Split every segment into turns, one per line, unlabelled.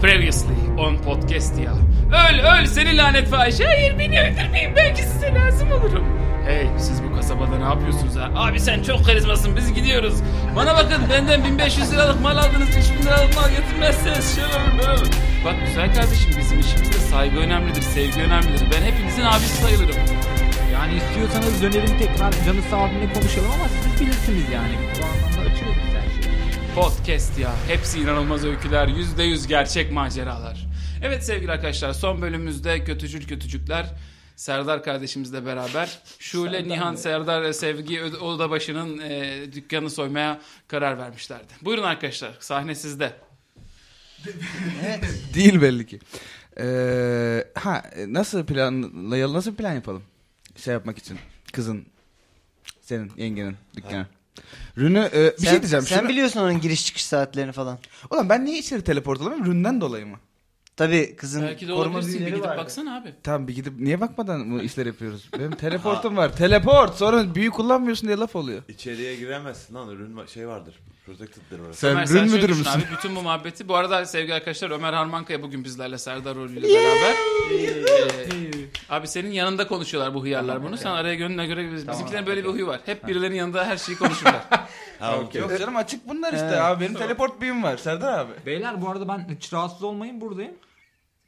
Previously on podcast ya. Öl öl seni lanet fahişe. Hayır beni öldürmeyin belki size lazım olurum. Hey siz bu kasabada ne yapıyorsunuz ha? Abi sen çok karizmasın biz gidiyoruz. Bana bakın benden 1500 liralık mal aldınız 3000 liralık mal getirmezseniz şöyle olur böyle olur. Bak güzel kardeşim bizim işimizde saygı önemlidir, sevgi önemlidir. Ben hepinizin abisi sayılırım.
Yani istiyorsanız dönelim tekrar canı sağlığını konuşalım ama siz bilirsiniz yani. Bu anlamda açığız biz her şeyi.
Podcast ya. Hepsi inanılmaz öyküler. Yüzde yüz gerçek maceralar. Evet sevgili arkadaşlar son bölümümüzde kötücül kötücükler. Serdar kardeşimizle beraber Şule, Nihan, Serdar ve Sevgi Ö- Odabaşı'nın e, dükkanı soymaya karar vermişlerdi. Buyurun arkadaşlar sahne sizde.
Değil belli ki. Ee, ha nasıl planlayalım? Nasıl bir plan yapalım? Şey yapmak için. Kızın senin yengenin dükkanı. Rünü e, bir
sen,
şey diyeceğim.
Sen
Şunu-
biliyorsun onun giriş çıkış saatlerini falan.
Ulan ben niye içeri teleport olamıyorum? Ründen dolayı mı?
Tabii kızın
Belki de
koruma
olabilirsin. Bir
büyüleri
gidip
vardı.
baksana abi.
Tamam bir gidip niye bakmadan bu işler yapıyoruz? Benim teleportum var. Teleport. Sonra büyü kullanmıyorsun diye laf oluyor.
İçeriye giremezsin lan ürün va- şey vardır. Protected'dir orası.
Sen
Ömer,
rün
şöyle
müdürü
düşün
müsün?
Abi, bütün bu muhabbeti. Bu arada sevgili arkadaşlar Ömer Harmankaya bugün bizlerle Serdar Orlu ile beraber. Ee, abi senin yanında konuşuyorlar bu hıyarlar bunu. Sen araya gönlüne göre biz, bizimkilerin böyle bir huyu var. Hep birilerinin yanında her şeyi konuşurlar.
Ha okey.
Yok canım açık bunlar işte
Evet.
abi. Benim teleport büyüm var Serdar abi.
Beyler bu arada ben hiç rahatsız olmayın buradayım.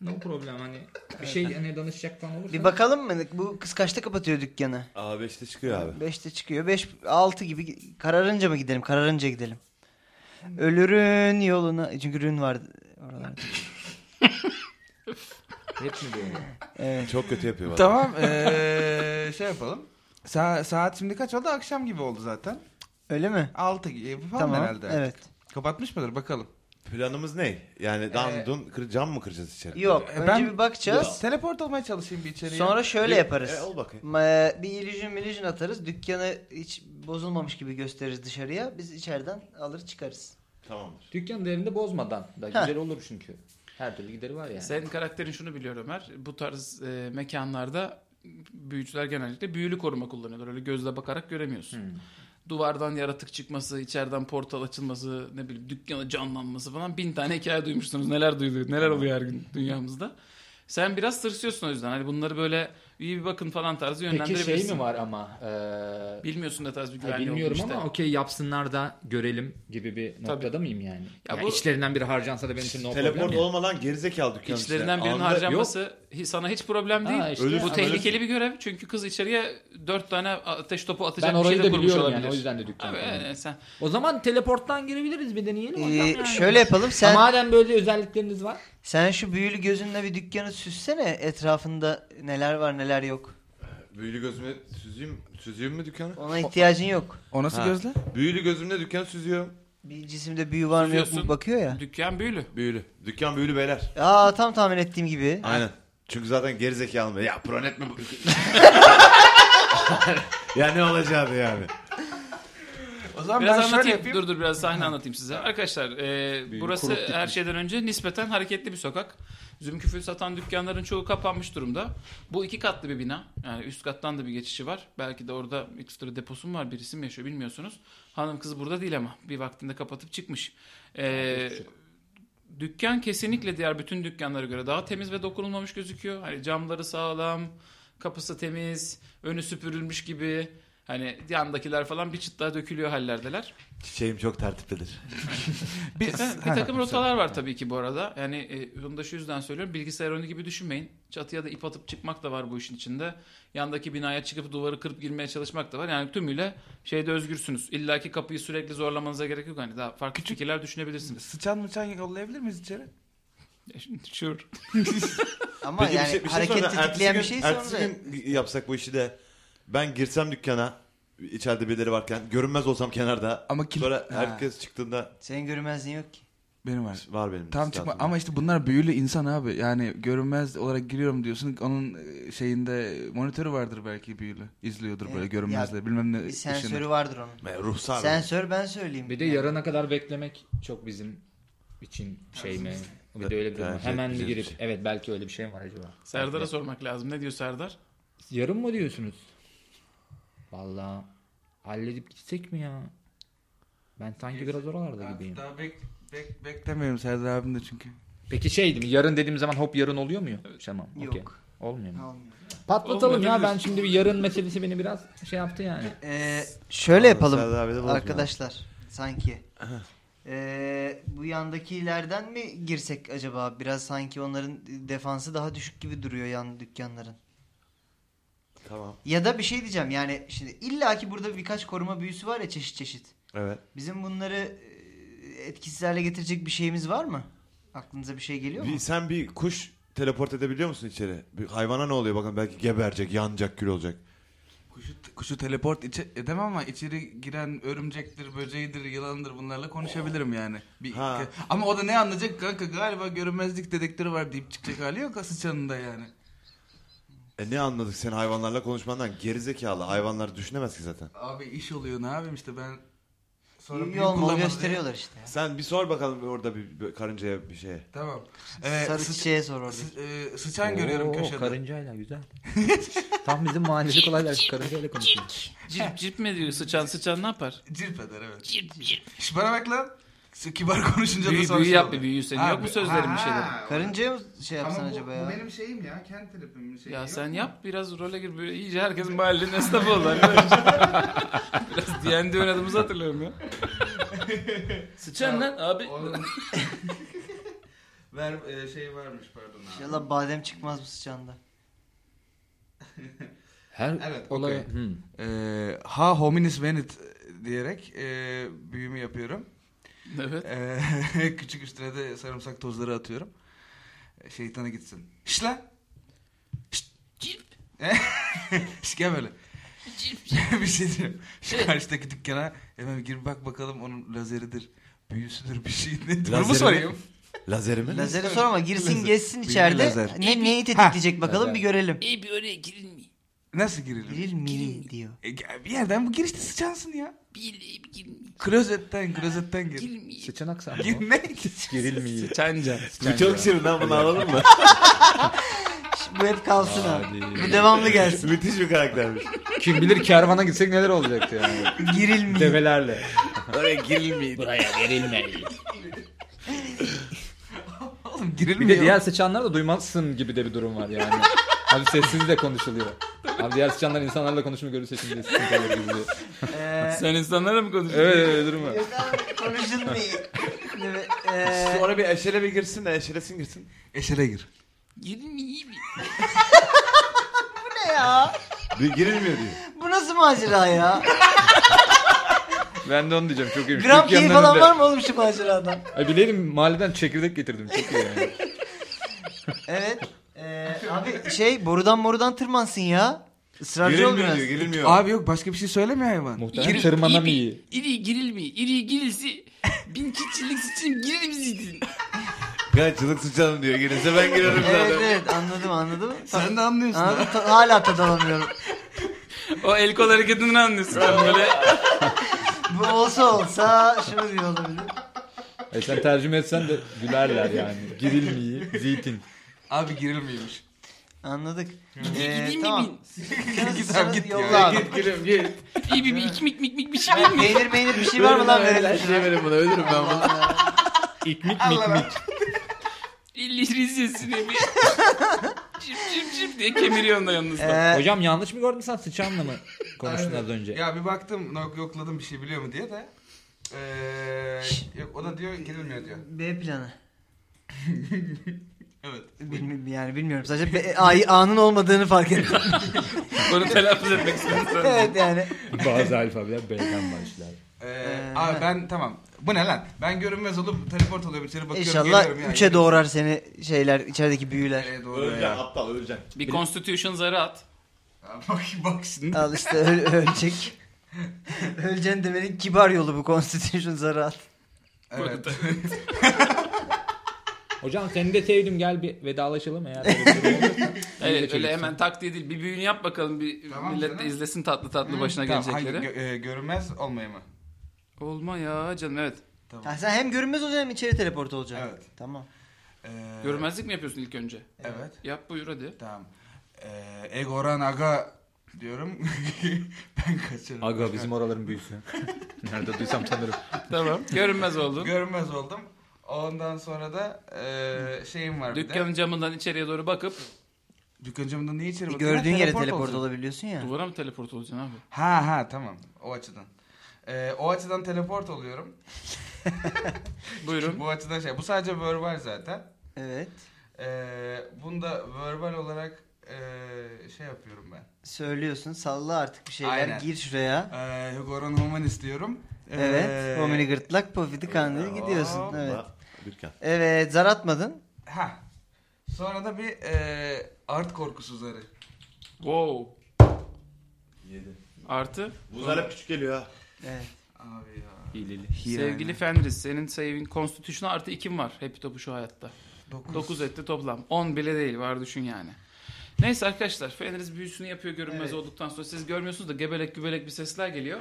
No problem hani bir şey hani danışacak falan olursa.
Bir bakalım mı? Bu kız kaçta kapatıyor dükkanı?
A5'te çıkıyor abi.
5'te çıkıyor. 5 6 gibi gi- kararınca mı gidelim? Kararınca gidelim.
Hmm.
Ölürün yoluna E, çünkü rün var oralarda.
Hep mi böyle?
Evet.
Çok kötü yapıyor bak.
Tamam ee, şey yapalım. Sa- saat şimdi kaç oldu? Akşam gibi oldu zaten.
Öyle mi?
6 gibi falan
Tamam.
herhalde.
Evet.
Kapatmış mıdır bakalım.
Planımız ne? Yani dan, dun, kır- cam mı kıracağız içeri?
Yok,
E,
önce
ben-
bir bakacağız.
Teleport olmaya çalışayım bir içeriye.
Sonra şöyle yaparız.
E, ol bakayım.
Ma- bir illüzyon millüzyon atarız. Dükkanı hiç bozulmamış gibi gösteririz dışarıya. Biz içeriden alır çıkarız.
Tamamdır.
Dükkanı değerini bozmadan da
Heh.
güzel olur çünkü. Her türlü gideri var yani.
Senin karakterin şunu biliyor Ömer. Bu tarz e, mekanlarda büyücüler genellikle büyülü koruma kullanıyorlar. Öyle gözle bakarak
Hmm.
göremiyorsun. Duvardan yaratık çıkması, içeriden portal açılması, ne bileyim dükkanı canlanması falan bin tane hikaye duymuşsunuz. Neler duyuluyor, neler oluyor her gün dünyamızda. Sen biraz tırsıyorsun o yüzden. Hani bunları böyle iyi bir bakın falan tarzı
Peki
yönlendirebilirsin.
şey mi var ama? eee,
Bilmiyorsun ne tarz bir
ya
güvenliği
bilmiyorum
olduğunu
ama
işte.
okey yapsınlar da görelim gibi bir noktada mıyım yani?
Ya
Ya
bu-
içlerinden biri harcansa da benim için no problem
Teleport
ya.
olmadan gerizekalı dükkan içine.
İçlerinden birinin
Anda-
harcanması hi- sana hiç problem değil.
Ha, işte.
Ölürsün,
Bu
Ama-
tehlikeli bir görev çünkü kız içeriye dört tane ateş topu atacak
Ben
bir şey
orayı
de
da
kurmuş
biliyorum
olabilir.
yani o yüzden de dükkan.
Abi,
yani.
yani sen
O zaman teleporttan girebiliriz bir deneyelim. hocam
Ee,
yani.
şöyle yapalım. Sen
Ha, Madem böyle özellikleriniz var.
Sen şu büyülü gözünle bir dükkanı süssene. Etrafında neler var neler yok.
Büyülü gözümle süzeyim, süzeyim mi dükkanı?
Ona ihtiyacın yok.
O nasıl
Ha.
gözle?
Büyülü gözümle dükkanı süzüyorum.
Bir cisimde büyü var mı yok mu
Süzüyorsun.
bakıyor ya.
dükkan büyülü.
Büyülü. Dükkan büyülü beyler.
Aa tam tahmin ettiğim gibi.
Aynen. Çünkü zaten gerizekalı mı? Ya pronet mi bu? ya ne olacağı yani?
O zaman
Biraz
ben şöyle
anlatayım.
yapayım.
Dur dur biraz sahne anlatayım size. Arkadaşlar e, burası her şeyden önce nispeten hareketli bir sokak. Zümküfül satan dükkanların çoğu kapanmış durumda. Bu iki katlı bir bina. Yani üst kattan da bir geçişi var. Belki de orada ekstra deposu mu var birisi mi yaşıyor bilmiyorsunuz. Hanım kız burada değil ama bir vaktinde kapatıp çıkmış. E, dükkan kesinlikle diğer bütün dükkanlara göre daha temiz ve dokunulmamış gözüküyor. Hani camları sağlam, kapısı temiz, önü süpürülmüş gibi. Hani yandakiler falan bir çıt daha dökülüyor hallerdeler.
Çiçeğim çok tertiplidir.
Bir,
Efendim, bir takım rotalar var tabii ki bu arada. Yani e, bunu da şu yüzden söylüyorum. Bilgisayar oyunu gibi düşünmeyin. Çatıya da ip atıp çıkmak da var bu işin içinde. Yandaki binaya çıkıp duvarı kırıp girmeye çalışmak da var. Yani tümüyle şeyde özgürsünüz. İlla ki kapıyı sürekli zorlamanıza gerek yok. Hani daha farklı fikirler düşünebilirsiniz.
Sıçan mıçan yollayabilir miyiz içeri?
Sure.
Ama
Peki
yani
bir şey, bir şey
hareket
soracağım.
tetikleyen bir şey
Ertesi
şeyse
gün-
onu da-
Ertesi gün yapsak bu işi de ben girsem dükkana içeride birileri varken görünmez olsam kenarda
Ama kim-
sonra
Ha.
herkes çıktığında
Senin görmezliğin yok ki.
Benim var.
var benim.
Tam çıkma ama işte bunlar büyülü insan abi. Yani görünmez olarak giriyorum diyorsun. Onun e, şeyinde monitörü vardır belki büyülü. İzliyordur böyle
Evet,
görünmezle bilmem ne
E, Bir
ışını.
sensörü vardır onun.
ruhsar.
Sensör ben söyleyeyim.
Bir de yarına kadar beklemek çok bizim için şey mi? Bir de öyle bir durum. var.
Tercih
Hemen mi
edeceğiz
girip
bir şey.
evet belki öyle bir şey var acaba.
Serdar'a
Belki-
sormak lazım. Ne diyor Serdar?
Yarın mı diyorsunuz? Vallahi halledip gitsek mi ya? Ben sanki biraz oralarda gibiyim.
Daha bek, bek, beklemiyorum Serdar abim de çünkü.
Peki şey mi? Yarın dediğim zaman hop yarın oluyor mu? Tamam. okey.
Yok.
Olmuyor mu?
Olmuyor.
Patlatalım
Olmuyor,
ya ben
bilmiyorum.
şimdi bir yarın meselesi beni biraz şey yaptı yani.
Ee, şöyle yapalım
Serdar abi de bozma.
arkadaşlar sanki. Ee, bu yandakilerden mi girsek acaba? Biraz sanki onların defansı daha düşük gibi duruyor yan dükkanların.
Tamam.
Ya da bir şey diyeceğim yani şimdi illaki burada birkaç koruma büyüsü var ya çeşit çeşit.
Evet.
Bizim bunları e, etkisiz hale getirecek bir şeyimiz var mı? Aklınıza bir şey geliyor mu?
Bir, sen bir kuş teleport edebiliyor musun içeri? Bir hayvana ne oluyor bakın belki geberecek, yanacak, kül olacak.
Kuşu, kuşu teleport içe, edemem ama içeri giren örümcektir, böceğidir, yılandır bunlarla konuşabilirim yani. Bir,
Ha.
Ama o da ne anlayacak kanka galiba görünmezlik dedektörü var deyip çıkacak hali yok sıçanında yani.
E ne anladık sen hayvanlarla konuşmandan? Gerizekalı hayvanlar düşünemez ki zaten.
Abi iş oluyor ne yapayım işte ben sonra
İyi
büyü
olmalı
kullanmadım.
gösteriyorlar işte.
Sen bir sor bakalım orada bir, bir karıncaya bir şeye.
Tamam. Ee,
Sarı
sıç-
çiçeğe sor orada.
sı- e, sıçan görüyorum
Oo,
köşede.
Karıncayla güzel. Tam bizim mahallede kolaylar karıncayla konuşuyor.
Cip cip mi diyor sıçan sıçan ne yapar?
Cirp eder evet. Şş, bana bak lan. Şu Kibar konuşunca da
Büyü,
sonra
büyü
şey
yap
oluyor.
bir büyü senin
Ha,
yok mu
bir-
sözlerin
Ha,
bir şeylerin?
Karıncaya mı şey yapsan
Ama bu,
acaba
bu
ya?
benim şeyim ya. Kent terapimin
Ya
şeyi. Şey yok
sen
mu?
yap biraz role gir. Böyle iyice herkesin mahallenin esnafı oldu. arkadaş. biraz D&D oynadığımızı hatırlıyorum ya. Sıçan lan abi.
Onun... Ver e, şey varmış pardon abi.
İnşallah badem çıkmaz bu sıçanda.
Her
Evet,
olay
okey. Ee, ha hominis venit diyerek e, büyümü yapıyorum.
Evet.
Ee, küçük üstüne de sarımsak tozları atıyorum. Ee, Şeytana gitsin. Şş lan.
Cip
Şş gel böyle.
cip.
bir şey diyorum. Şu karşıdaki dükkana hemen bir gir bak bakalım onun lazeridir. Büyüsüdür bir şey. Ne durumu
Lazeri
sorayım.
mi? Lazeri mi?
Lazeri sor ama girsin
Lazer.
gezsin
Bilgi
içeride.
lazer.
Ne, neyi tetikleyecek bakalım
Lazer.
bir görelim.
İyi bir oraya girin mi?
Nasıl girilir?
Giril mi diyor.
E, gel bir yerden bu girişte sıçansın ya.
Bir ile bir girin mi?
Klozetten, klozetten gir.
Girin mi?
Sıçan aksan.
Gir ne?
Gerilmiyor.
Sıçanca.
Bu çok şirin lan bunu anladın mı?
Bu hep kalsın ha. Bu devamlı gelsin.
Müthiş bir karaktermiş.
Kim bilir kervana gitsek neler olacaktı yani.
Giril mi?
Develerle.
Oraya girilmeydi.
Buraya verilmeli. Bir
Oğlum
de
girilmiyor.
diğer sıçanlar da duymazsın gibi de bir durum var yani. Abi sessiz de konuşuluyor. Abi diğer sıçanlar insanlarla konuşma görürse şimdi sıkıntı olur gibi. diyor.
Ee,
Sen insanlara mı konuşuyorsun?
Evet öyle durum var.
konuşulmuyor. Evet,
Sonra
ee,
bir eşele bir girsin de eşelesin girsin.
Eşele gir.
Girin mi? iyi mi?
ne ya?
Bir girilmiyor diyor.
Bu nasıl macera ya?
Ben de onu diyeceğim çok iyiymiş.
Gram
Dükkanın
keyif falan
önünde-
var mı oğlum şu maceradan?
Ay bileydim mahalleden çekirdek getirdim çok iyi yani.
Evet. Ee, abi şey borudan morudan tırmansın ya. Israrcı ol
Girilmiyor
biraz.
diyor girilmiyor.
Abi yok başka bir şey söylemiyor hayvan.
Muhtemelen tırmanam
iyi mi?
iyi.
İri giril mi? İri girilsi bin kişilik sıçayım girir misin?
Kaççılık sıçalım diyor. Girilse ben girerim
Evet
zaten.
evet anladım anladım.
Sen de anlıyorsun
Anladım
ha.
ta- hala tad alamıyorum.
O el kol hareketinden anlıyorsun. böyle
Bu olsa olsa şunu diyor olabilir.
E sen tercüme etsen de gülerler yani. Girilmeyi, zeytin.
Abi girilmiyormuş.
Anladık.
gideyim
Ee,
mi
tamam.
bin?
Sen-
Git
sen
abi git
yolla
ya.
abi.
Git girelim git.
iyi bir bir iki mik mik mik bir şey verir mi?
Peynir meynir bir şey var mı lan verelim şuna.
Verin bunu ölürüm ben bunu.
İkmik mik mik.
İri rizyesini bir cip cip cip diye kemiriyorsun da yalnız. da.
Ee,
Hocam yanlış mı gördün sen sıçanla mı konuştun az önce?
Ya bir baktım nok- yokladım bir şey biliyor mu diye de. Ee, yok o da diyor girilmiyor diyor.
B planı.
Evet.
Bilmiyorum yani bilmiyorum. Sadece B- A'yı A'nın olmadığını fark ettim.
Bunu telaffuz etmek istedim.
evet yani.
Bazı alfabeler B'den başlar.
Ee,
Ee,
abi
ha.
ben tamam. Bu ne lan? Ben görünmez olup teleport oluyorum içeri bakıyorum
İnşallah
geliyorum ya.
3'e doğrar seni şeyler içerideki büyüler.
Ee, doğru
Öleceksin
ya.
aptal öleceksin.
Bir constitution zarı at.
Ya Bak bak şimdi.
Al işte öl- ölecek. Öleceğin demenin kibar yolu bu Constitution zarat.
Evet.
Hocam seni de sevdim gel bir vedalaşalım eğer öyle bir durum olursa.
Evet öyle hemen tak diye değil. Bir büyünü yap bakalım. Bir
Tamam,
millet de
canım.
izlesin tatlı tatlı başına
tamam,
gelecekleri.
hangi- gö- e, görünmez olmayı mı?
Olma ya canım evet.
Tamam.
Ha, sen hem görünmez olacaksın hem içeri teleport olacaksın.
Evet.
Tamam.
Ee,
Görmezlik mi yapıyorsun ilk önce?
Evet.
Yap buyur hadi.
Tamam. Ee, Egoran Aga diyorum. ben kaçırırım.
Aga bizim oraların büyüsü. Nerede duysam tanırım.
Tamam. Görünmez oldun.
Görünmez oldum. Ondan sonra da e, şeyim var bir de.
Dükkanın camından içeriye doğru bakıp
Dükkan camında ne içeri
E,
bakıyorlar?
gördüğün yere
Teleport
teleport
olsun.
olabiliyorsun ya.
duvara mı teleport olacaksın abi?
Ha ha tamam o açıdan. E, o açıdan teleport oluyorum.
Buyurun.
Bu açıdan şey. Bu sadece verbal zaten.
Evet.
E, bunu da verbal olarak e, şey yapıyorum ben.
Söylüyorsun. Salla artık bir şeyler.
Aynen.
Gir şuraya.
E, Hugo'ron Homan istiyorum.
Evet.
E,
Homini gırtlak pofidi kandil gidiyorsun.
hoppa.
Evet.
Dükkan.
Evet. Zar atmadın.
Ha. Sonra da bir e, art korkusu zarı.
Wow.
Yedi.
Artı
Bunlar hep küçük geliyor ha.
Evet.
Abi ya.
Hileli.
sevgili Fenris senin saving constitution'a artı 2'm var. Happy topu şu hayatta.
9.
9 etti toplam. 10 bile değil var düşün yani. Neyse arkadaşlar Fenris büyüsünü yapıyor görünmez
Evet.
olduktan sonra siz görmüyorsunuz da gebelek gübelek bir sesler geliyor.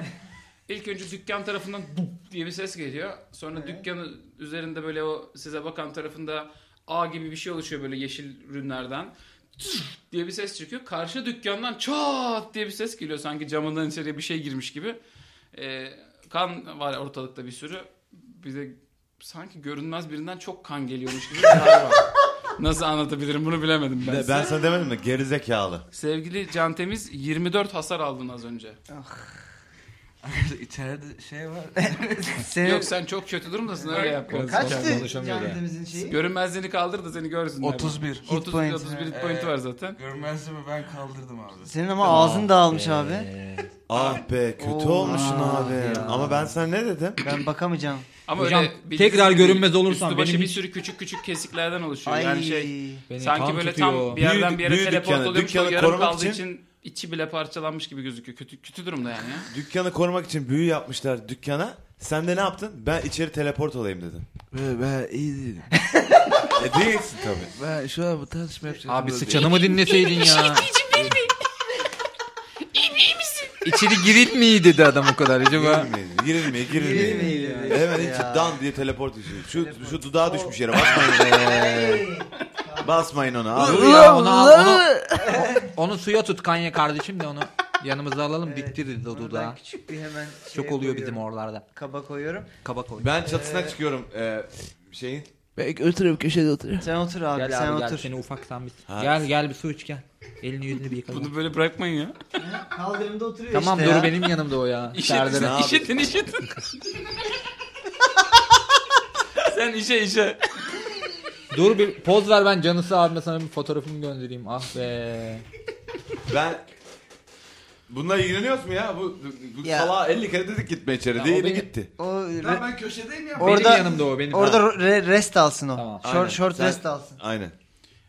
İlk önce dükkan tarafından bup diye bir ses geliyor. Sonra
Evet.
dükkanı üzerinde böyle o size bakan tarafında ağ gibi bir şey oluşuyor böyle yeşil ürünlerden. diye bir ses çıkıyor. Karşı dükkandan çat diye bir ses geliyor sanki camından içeriye bir şey girmiş gibi. Ee, kan var ortalıkta bir sürü. Bize sanki görünmez birinden çok kan geliyormuş gibi bir hal var. Nasıl anlatabilirim bunu bilemedim ben.
Ben,
size.
sana demedim mi? Gerizekalı.
Sevgili Can Temiz 24 hasar aldın az önce.
İçeride şey var.
Senin...
Yok sen çok kötü durumdasın öyle yap.
Biraz- Kaçtı
Kaçtı
konuşamıyor yani.
Cahit'imizin şeyi?
Görünmezliğini kaldır da seni görsün.
31.
30
point.
31 hit
Ee,
point var zaten.
Görmezliğimi ben kaldırdım abi.
Senin ama ağzın dağılmış abi.
Ee,
Ah be kötü
Oo.
olmuşsun
Ah
abi.
ya.
Ama ben sana ne dedim?
Ben bakamayacağım.
Ama
Hocam,
öyle bildiğiniz
tekrar
gibi
görünmez olursan
üstü başı
benim
bir
hiç-
sürü küçük küçük kesiklerden oluşuyor.
Ay.
Yani şey
Beni
Sanki
kan
böyle
tutuyor.
tam bir yerden
Büyü-
bir yere
büyü
teleport
dükkanı.
oluyormuş
Dükkanı
o yarım
korumak
kaldığı için...
için-
içi bile parçalanmış gibi gözüküyor. Kötü kötü durumda yani. ya.
Dükkanı korumak için büyü yapmışlar dükkana. Sen de ne yaptın? Ben içeri teleport olayım dedim.
Ben, ben iyi değilim.
e değilsin tabii.
Ben şu an bu tartışma yapacağım.
Abi sıçanımı dinleseydin ya. İçeri girilmeyi dedi adam o kadar acaba.
Girilmeyin, girilmeyin, girilmeyin.
Girmeyelim.
Hemen
Ya.
hiç dan diye teleport düşüyor. Şu, şu dudağa düşmüş yere basmayın. be. basmayın ona. Al.
Dur ya, onu, al, onu, onu suya tut Kanye kardeşim de onu yanımıza alalım
Evet,
diktiririz o
Onu ben
dudağa.
küçük bir hemen
Çok
şeye
oluyor bizim
koyuyorum.
oralarda.
Kaba koyuyorum.
Kaba koy.
Ben çatısına çıkıyorum e, şeyin.
Ben oturuyorum köşede oturuyorum.
Sen otur abi,
Gel
sen
abi gel
otur.
seni ufak sen bir.
Ha.
Gel gel bir su iç gel. Elini yüzünü bir yıka.
Bunu böyle bırakmayın ya.
Kaldırımda oturuyor
Tamam
işte
dur
ya.
benim yanımda o ya.
İşitin,
Serdar.
abi.
işitin, işitin. Sen işe işe.
dur bir poz ver ben Canısı abime sana bir fotoğrafımı göndereyim. Ah be.
Ben Bununla ilgileniyoruz mu ya? Bu, bu
Ya.
salağa 50 kere dedik gitme içeri.
Ya, o
Diğeri
benim-
gitti.
O re-
Lan ben köşedeyim ya.
Orada-
benim yanımda o benim.
orada re- rest alsın o.
Tamam,
short
aynen.
short
Sen-
rest alsın.
Aynen.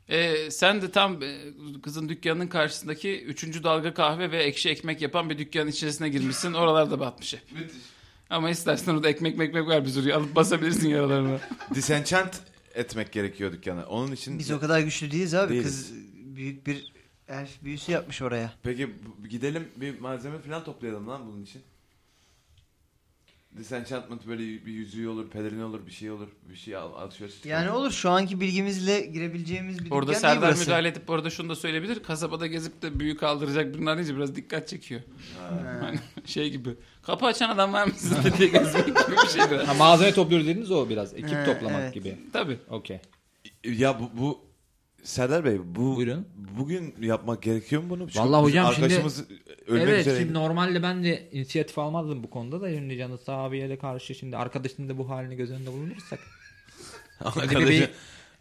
Ee, sen de tam e, kızın dükkanının karşısındaki 3. dalga kahve ve ekşi ekmek yapan bir dükkanın içerisine girmişsin. Oralarda batmış hep.
Müthiş.
Ama istersen orada ekmek mekmek var bir sürü. Alıp basabilirsin yaralarına.
Disenchant etmek gerekiyor dükkanı. Onun için
Biz o kadar güçlü değiliz abi.
Değiliz.
Kız büyük bir elf büyüsü yapmış oraya.
Peki bu- gidelim bir malzeme falan toplayalım lan bunun için. Disenchantment böyle bir yüzüğü olur, pelerin olur, bir şey olur, bir şey al, alışveriş.
Yani olur şu anki bilgimizle girebileceğimiz bir
Orada
dükkan değil
Serdar
burası.
müdahale edip orada şunu da söyleyebilir. Kasabada gezip de büyük kaldıracak birini arayınca biraz dikkat çekiyor. Hani şey gibi. Kapı açan adam var mı sizde diye gezmek gibi bir şey biraz.
Ha, malzeme topluyoruz dediniz o biraz. Ekip
Ee,
toplamak
evet.
gibi.
Tabii.
Okey.
Ya bu, bu Serdar Bey bu
Buyurun.
bugün yapmak gerekiyor mu bunu? Çünkü
Vallahi
bizim
hocam şimdi-
arkadaşımız ölmek
evet
üzereydi.
şimdi normalde ben de inisiyatif almazdım bu konuda da şimdi Canısı abiye de karşı şimdi arkadaşının da bu halini göz önünde bulundurursak.
Arkadaşı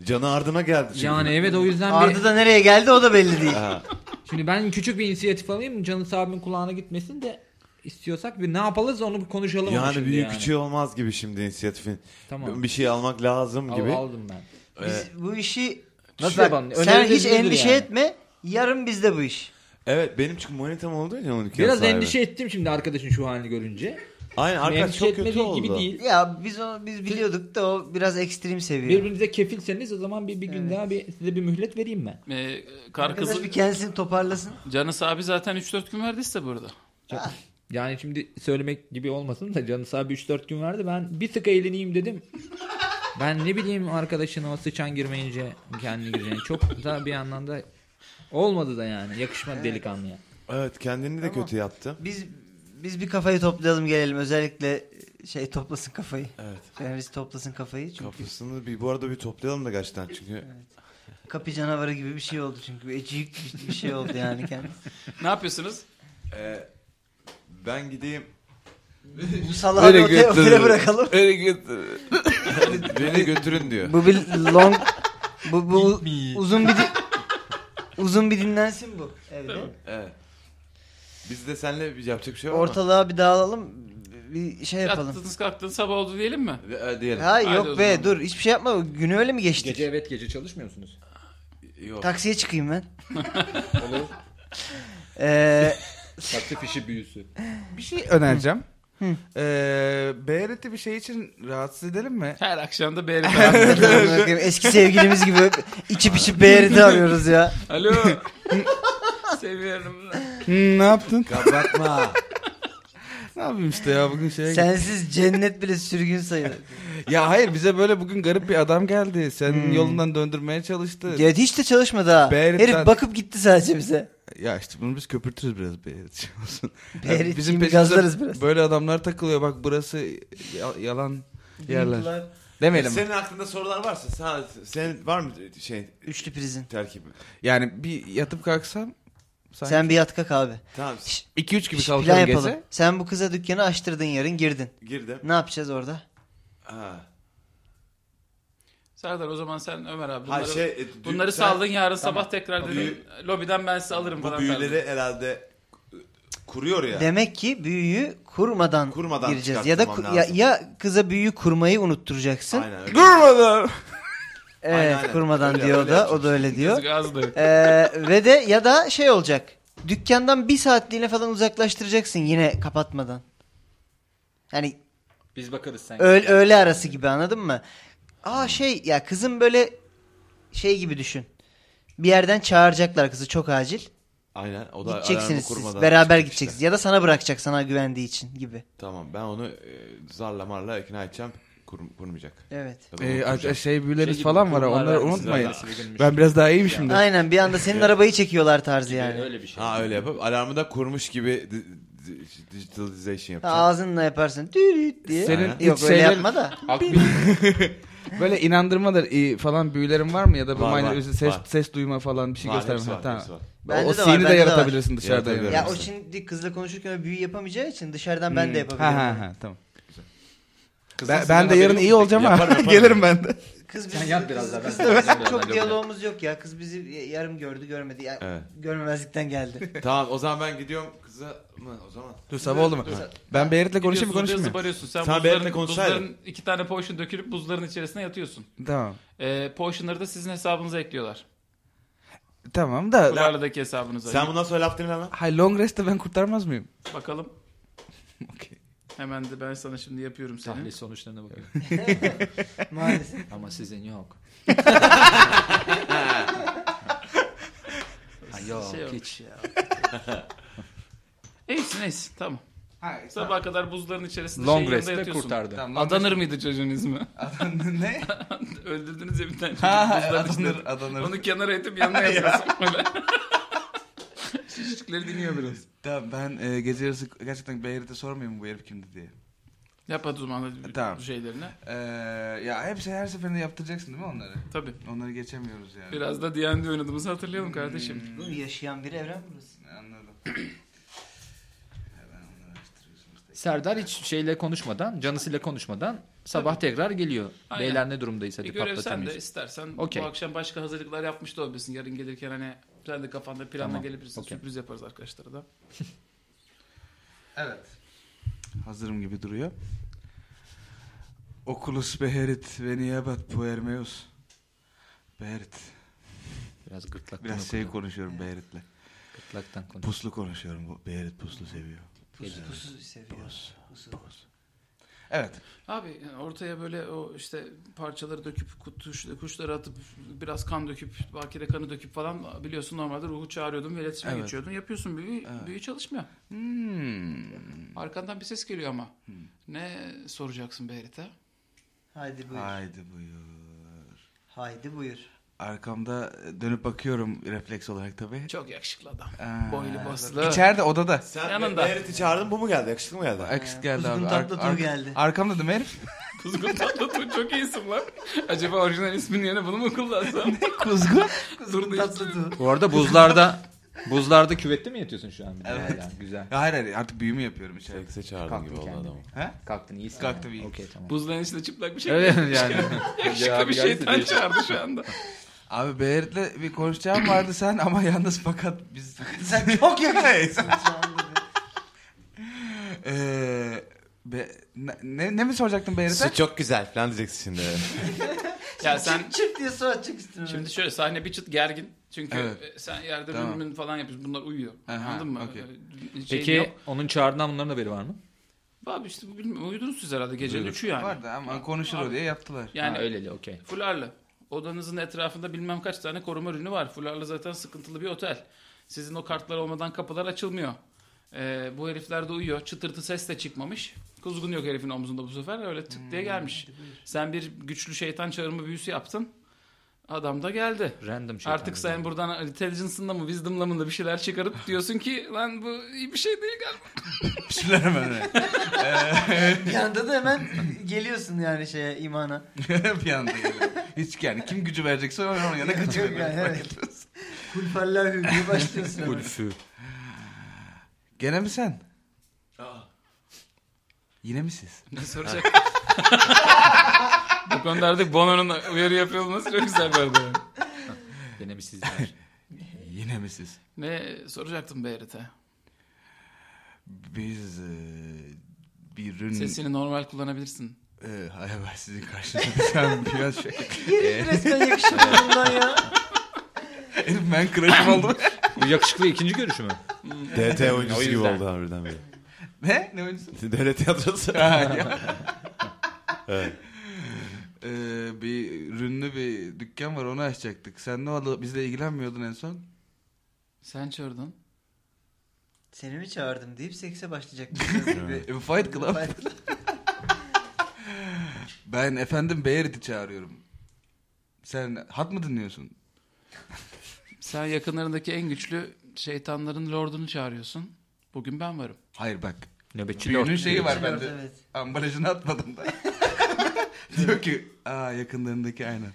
canı ardına geldi. Çünkü.
Yani evet o yüzden bir-
Ardı da nereye geldi o da belli değil.
Ha.
Şimdi ben küçük bir inisiyatif alayım. Canısı abimin kulağına gitmesin de istiyorsak bir ne yapalız onu bir konuşalım. ama
yani
şimdi
büyük küçüğü olmaz gibi şimdi inisiyatifin.
Tamam.
Bir şey almak lazım
Al-
gibi.
aldım ben.
Ee,
Biz bu işi
Nasıl
Bak,
yapalım?
Sen
Öneriniz
hiç
nedir
endişe
yani?
etme. Yarın bizde bu iş.
evet benim çünkü manitam olduğu için onun dükkanı
Biraz
sahibi.
endişe ettim şimdi arkadaşın şu halini görünce.
Aynen arkadaş
endişe
çok kötü
etmediği
oldu.
gibi değil.
Ya biz onu biz biliyorduk da o biraz ekstrem seviyor.
Birbirinize kefilseniz o zaman bir, bir gün
Evet.
daha bir, size bir mühlet vereyim ben.
Ee, kar
Arkadaş
kızı
bir kendisini toparlasın.
Canıs abi zaten 3-4 gün verdi size burada.
Ah.
Yani şimdi söylemek gibi olmasın da Canısı abi 3-4 gün verdi. Ben bir sık eğleneyim dedim. Ben ne bileyim arkadaşına o sıçan girmeyince kendi gireceğini. Çok da bir yandan da olmadı da yani. Yakışmadı delikanlıya.
Evet kendini de kötü yaptı.
Biz biz bir kafayı toplayalım gelelim özellikle şey toplasın kafayı.
Evet.
Fenris toplasın kafayı. Çünkü
Kafasını bir bu arada bir toplayalım da gerçekten çünkü
kapı canavarı gibi bir şey oldu çünkü. Ecik bir- bir şey oldu yani kendisi.
Ne yapıyorsunuz?
Ee, ben gideyim.
Bu salağı bir otele, otele bırakalım.
Öyle götür. Beni götürün diyor.
Bu bir long... Bu, bu uzun bir... di- uzun bir dinlensin bu evde.
Evet. Biz de seninle bir- yapacak bir şey var mı?
Ortalığa bir dağılalım. Bir şey yapalım.
Yattınız kalktınız sabah oldu diyelim mi?
Ve- e, Diyelim.
Ha
Haydi o
yok be
zaman.
dur hiçbir şey yapma. Günü öyle mi geçtik?
Gece evet gece çalışmıyorsunuz.
Yok.
Taksiye çıkayım ben.
Olur.
Ee,
Taksi fişi büyüsü.
Bir şey önereceğim.
Hı.
Ee, Beyreti bir şey için rahatsız edelim mi?
Her akşam da BRT
Eski sevgilimiz gibi içip içip BRT arıyoruz ya.
Alo. Seviyorum.
Hı, ne yaptın?
Kapatma.
ne yapayım işte ya bugün
Şey-
şeye...
Sensiz cennet bile sürgün sayılır.
Ya hayır bize böyle bugün garip bir adam geldi. Senin
Hmm.
yolundan döndürmeye çalıştı.
Evet hiç de çalışmadı ha.
Beğenirsen-
Herif bakıp gitti sadece bize.
ya işte bunu biz köpürtürüz biraz Beyrit şey olsun.
Beyrit
Bizim
gibi
peşimize
gazlarız biraz.
Böyle adamlar takılıyor bak burası ya- yalan yerler. Demeyelim.
Senin aklında sorular varsa sana, senin var mı şey
Üçlü prizin.
terkibi?
Yani bir yatıp kalksam sanki
Sen bir yat kalk abi.
Tamam
Şşş,
2-3 gibi
Şş, plan
kalkarım
yapalım.
gece.
Sen bu kıza dükkanı açtırdın yarın girdin.
girdim.
Ne yapacağız orada?
Ha.
Serdar o zaman sen Ömer abi bunları,
Ha şey e,
bunları
sen
saldın yarın sabah tekrar dedin.
Büyü-
Lobiden ben size alırım
Bu
falan.
büyüleri
tarzı.
herhalde kuruyor ya.
Demek ki büyüyü kurmadan,
Kurmadan
gireceğiz. Ya da
çıkartmam
ku- ya,
lazım.
ya kıza büyüyü kurmayı unutturacaksın.
Aynen. öyle.
Durmadan.
Evet
Aynen, aynen.
kurmadan
Öyle,
diyor
öyle
o da. O
yapacaksın.
da öyle diyor.
Yazık ağzı da yok.
Ee, ve de ya da şey olacak. Dükkandan bir saatliğine falan uzaklaştıracaksın yine kapatmadan. Yani
Biz bakarız sen.
öğ- öğle arası gibi anladın mı? Aa şey ya kızın böyle şey gibi düşün. Bir yerden çağıracaklar kızı çok acil.
Aynen. O da alarmı
Gideceksiniz siz.
kurmadan
Beraber
çıkacak
gideceksiniz.
işte.
Ya da sana bırakacak sana güvendiği için gibi.
Tamam ben onu e, zarla marla ikna edeceğim. Kur, kurmayacak.
Evet.
Tabii
Ee,
onu kuracak.
a- şey büyüleriz
gibi,
falan var ha,
kurumlar
onları
vergisi
unutmayın.
vergisi verilmiş.
Ben biraz daha iyiyim şimdi.
Aynen bir anda senin arabayı çekiyorlar tarzı yani.
Öyle bir şey.
ha öyle yapıp alarmı da kurmuş gibi di- di- digitalization
şey.
Ha,
yapacağım.
ağzınla yaparsın. Dürüt diye.
Senin
Aynen.
Yok
iç
öyle
şeyler-
yapma da.
Akbil
Böyle inandırmadır e, falan büyülerin var mı ya da bu
Var,
minor
var,
üzeri ses,
var.
ses duyma falan bir şey
Var,
gösterme.
hepsi var,
Tamam.
hepsi var.
Bende
o
de var,
sini
bende
de
de
yaratabilirsin dışarıda.
Yaratabilirim.
yani.
Ya o şimdi kızla konuşurken öyle büyü yapamayacağı için dışarıdan ben de yapabilirim.
Hmm. Ha ha ha tamam.
Kızın
Ben,
sizden
ben de
haberi
yarın
yok.
iyi olacağım ha.
Yaparım, yaparım.
Gelirim ben de.
Kız bizi,
Sen yap biraz daha, ben
kız,
sana
kızla
biraz
çok
daha
diyalogumuz yok ya. Kız bizi yarım gördü görmedi. Ya,
Evet.
Görmemezlikten geldi.
Tamam o zaman ben gidiyorum kıza mı o zaman?
Dur sabah oldu mu?
Dur, sen-
Ben Beyrit'le konuşayım
Gidiyorsun,
mı konuşayım
hızlı
mı?
barıyorsun. Sen,
Sen benimle
buzların,
konuşsaydın.
buzların iki tane potion dökülüp buzların içerisine yatıyorsun.
Tamam.
Ee, potionları da sizin hesabınıza ekliyorlar.
Tamam da.
Kularlı'daki hesabınıza.
Sen bundan sonra laf dinle lan.
Hay long rest'te ben kurtarmaz mıyım?
Bakalım.
Okey.
Hemen de ben sana şimdi yapıyorum seni.
tahlil sonuçlarına bakın.
Maalesef.
Ama sizin yok. ha, yok
Şey yok.
hiç.
Neyse neyse tamam. Sabaha kadar buzların içerisinde şeyin
Long
yanında
rest'te
yatıyorsun.
kurtardı.
Adanır mıydı çocuğun ismi?
ne?
Öldürdünüz ya bir tane çocuk
Ha
buzların
adanır
içinde.
adanır.
Onu kenara itip yanına yatıyorsun böyle. Şişlikleri dinliyor biraz.
Tamam ben e, gece yarısı gerçekten Beyrit'e sormayayım bu herif kimdi diye.
Yap hadi o zaman hadi
Tamam.
bu şeylerini.
Ee, ya hepsi her seferinde yaptıracaksın değil mi onları?
Tabii.
Onları geçemiyoruz yani.
Biraz da D&D oynadığımızı hatırlayalım kardeşim.
Oğlum yaşayan bir evren burası.
Anladım. Hemen onları araştırıyorsunuz.
Serdar hiç şeyle konuşmadan, canısıyla konuşmadan sabah tekrar geliyor.
Aynen.
Beyler ne durumdayız
Bir
hadi
görev sen de
patlatamıyoruz.
istersen
Okey.
bu akşam başka hazırlıklar yapmış da olabilirsin. Yarın gelirken hani sen de kafanda planla
Tamam,
gelebilirsin.
okey.
Sürpriz yaparız arkadaşlara da.
Evet. Hazırım gibi duruyor. Oculus beherit ve niyabat puermeus. Beherit.
Biraz gırtlaktan
Biraz şey konuşuyorum Beherit'le.
gırtlaktan konuş.
Puslu konuşuyorum. Bu Beherit puslu seviyor.
Pusu pusu seviyor. Pusu.
Evet.
Abi yani ortaya böyle o işte parçaları döküp kutuş, kuşları atıp biraz kan döküp bakire kanı döküp falan biliyorsun normalde ruhu çağırıyordun ve iletişime
Evet.
geçiyordun. Yapıyorsun büyü,
Evet.
büyü çalışmıyor.
Hmm.
Arkandan bir ses geliyor ama. Ne soracaksın Berit'e?
Haydi buyur.
Haydi buyur.
Haydi buyur.
Arkamda dönüp bakıyorum refleks olarak tabii.
Çok yakışıklı adam.
Ee,
Boylu baslı.
İçeride odada.
Sen
Yanında.
Merit'i çağırdın bu mu geldi? Yakışıklı mı geldi?
Akışık geldi
Kuzgun
abi.
tatlı tuğ geldi.
Arkamda değil mi herif?
Kuzgun Tatlıtuğ çok iyi isim lan. Acaba orijinal ismin yerine bunu mu kullansam?
Kuzgun.
Dur
Tatlı tuğ.
Bu arada buzlarda buzlarda küvette mi yatıyorsun şu an?
Evet.
Hala, güzel.
Ya hayır hayır artık büyümü yapıyorum içeride.
Refleks'e çağırdın
Kalktı
gibi oldu
kendine.
adamı.
He?
Kalktın iyisin.
Kalktım,
yani.
iyiyim.
Okey tamam.
Buzların içinde çıplak bir şey.
Evet yani.
Yakışıklı bir
şey
şeytan çağırdı şu anda.
Abi Berit'le bir konuşacağım vardı sen ama yalnız fakat biz... sen
Çok yakayız.
Ee, be, ne, ne, ne mi soracaktın Berit'e?
Su çok güzel falan diyeceksin şimdi.
Ya sen
Çık çık diye su atacak üstüne.
Şimdi şöyle sahne bir çıt gergin. Çünkü
Evet.
e, sen yerde
Tamam.
mümkün falan yapıyorsun. Bunlar uyuyor.
Aha,
Anladın mı?
okey.
Ee, şeyin
Peki
yok.
onun çağrından bunların haberi var mı?
Abi işte bu bilmiyorum. Uyudunuz siz herhalde gecenin üçü yani.
Vardı ama konuşur o diye yaptılar.
Yani
ha, öyleli okey.
fularlı. Odanızın etrafında bilmem kaç tane koruma ürünü var. Fularlı zaten sıkıntılı bir otel. Sizin o kartlar olmadan kapılar açılmıyor. Ee, bu herifler de uyuyor. Çıtırtı ses de çıkmamış. Kuzgun yok herifin omzunda bu sefer. Öyle tık diye
Hmm.
gelmiş. Sen bir güçlü şeytan çağırma büyüsü yaptın. Adam da geldi.
Random şey.
Artık sen buradan intelligence'ınla mı wisdom'la mı da bir şeyler çıkarıp diyorsun ki lan bu iyi bir şey değil galiba.
Bir şeyler hemen
Yanında da hemen geliyorsun yani şeye imana.
bir anda geliyor. Hiç yani kim gücü verecekse onun yanına kaçıyor.
yani, evet. Kulfallahü diye başlıyorsun. hemen.
Gene mi sen? Yine mi siz?
Ne soracak? bu konuda artık Bono'nun uyarı yapıyor olması çok güzel bir arada. yani.
Denemişsizler.
Yine mi siz?
Ne soracaktım Beyrit'e?
Biz e, bir ürün...
Sesini normal kullanabilirsin.
E, hayır ben sizin karşınızda sen biraz şey...
Herif resmen yakışıklı bundan ya.
Herif ben crush'ım oldum.
Bu yakışıklı ikinci görüşü mü?
DT
O
oyuncusu gibi
yüzden.
oldu harbiden beri.
ne? Ne oyuncusun?
Devlet tiyatrosu. evet.
E, bir ürünlü bir dükkan var onu açacaktık. Sen ne oldu? Bizle ilgilenmiyordun en son.
Sen çağırdın.
Seni mi çağırdım deyip sekse başlayacak.
Evet.
E, Fight Club. Ben efendim Beyrit'i çağırıyorum. Sen hat mı dinliyorsun?
Sen yakınlarındaki en güçlü şeytanların lordunu çağırıyorsun. Bugün ben varım.
Hayır bak.
Nöbetçi
Büyünün
lord.
şeyi var
Evet,
bende.
evet.
Ambalajını atmadım da. Diyor ki aa yakınlarındaki aynen.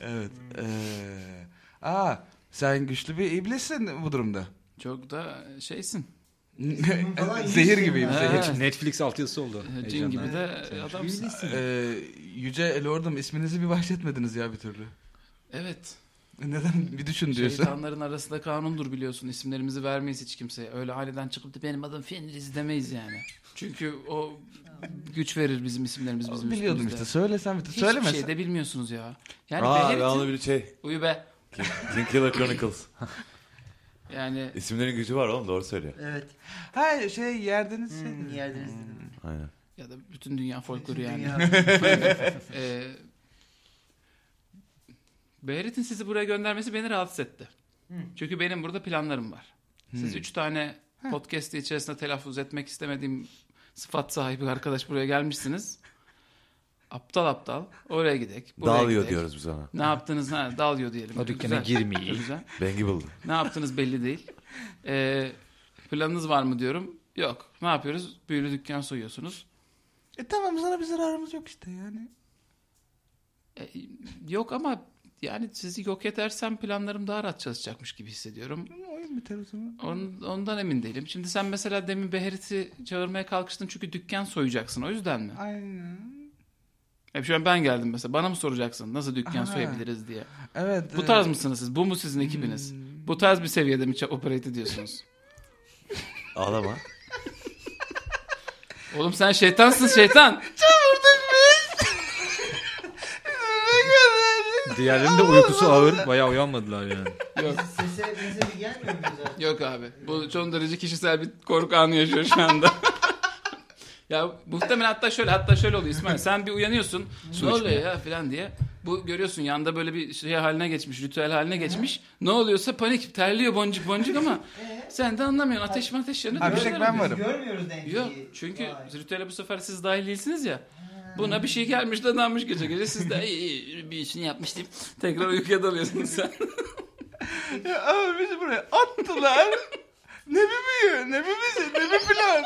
Evet.
Evet. Ee, aa sen güçlü bir iblissin bu durumda.
Çok da şeysin.
falan
zehir
iyisin
gibiyim
ya.
zehir.
Evet.
Netflix alt yazısı oldu.
Ee, Cin
Heyecandan.
gibi de adamsın.
Ee, Yüce Lord'um isminizi bir bahsetmediniz ya bir türlü.
Evet.
Neden bir düşün diyorsun.
Şey, Şeytanların arasında kanundur biliyorsun. İsimlerimizi vermeyiz hiç kimseye. Öyle aniden çıkıp da benim adım Fenriz demeyiz yani. Çünkü o güç verir bizim isimlerimiz bizim
Biliyordum
üstümüzde.
işte söylesem bitti.
Hiçbir
Söylemesen.
şey de bilmiyorsunuz ya. Yani
Aa
Beherit'in-
ben onu bir şey.
Uyu be.
King Killer Chronicles.
Yani
İsimlerin gücü var oğlum doğru söylüyor.
Evet.
Hayır şey yerdeniz. şey-
Hmm, yerdiniz dedim.
Aynen.
ya da bütün dünya folkloru yani.
Dünya-
Ee, Beherit'in sizi buraya göndermesi beni rahatsız etti. Çünkü benim burada planlarım var. Siz
Hmm.
üç tane podcast içerisinde telaffuz etmek istemediğim sıfat sahibi arkadaş buraya gelmişsiniz. Aptal aptal. Oraya gidek. Buraya
Dağılıyor
gidek.
diyoruz biz ona.
Ne yaptınız? Ha, dalıyor diyelim.
O dükkana
Güzel.
girmeyi.
Güzel.
Bengi buldum.
Ne yaptınız belli değil. Ee, planınız var mı diyorum. Yok. Ne yapıyoruz? Büyülü dükkan soyuyorsunuz.
E tamam sana bir zararımız yok işte yani.
E, yok ama yani sizi yok edersem planlarım daha rahat çalışacakmış gibi hissediyorum.
Oyun biter o zaman.
On- ondan emin değilim. Şimdi sen mesela demin Beherit'i çağırmaya kalkıştın çünkü dükkan soyacaksın. O yüzden mi?
Aynen.
Hep şu an ben geldim mesela. Bana mı soracaksın nasıl dükkan
Aha.
soyabiliriz diye.
Evet.
Bu
e,
tarz mısınız siz? Bu mu sizin ekibiniz? Bu tarz bir seviyede mi ça- operate ediyorsunuz?
Ağlama.
Oğlum sen şeytansın şeytan.
Diğerlerinin de uykusu ağır. Bayağı uyanmadılar yani.
Yok.
Sese, sese bir gelmiyor mu zaten?
Yok abi. Bu son derece kişisel bir korku anı yaşıyor şu anda. ya muhtemelen hatta şöyle hatta şöyle oluyor İsmail. Sen bir uyanıyorsun. ne oluyor ya falan diye. Bu görüyorsun yanda böyle bir şey haline geçmiş, ritüel haline geçmiş. ne oluyorsa panik, terliyor boncuk boncuk ama sen de anlamıyorsun. Ateş ateş yanıyor.
Abi bir tek ben
Görüyorum.
varım.
Görmüyoruz dengeyi.
Yok çünkü
Vay.
ritüele bu sefer siz dahil değilsiniz ya. Buna bir şey gelmiş de dalmış gece gece. Siz de "Ay, ay, bir işini yapmış deyip tekrar uykuya dalıyorsunuz sen.
Ya abi bizi buraya attılar. ne bir büyü, ne bir bizi, ne bir plan.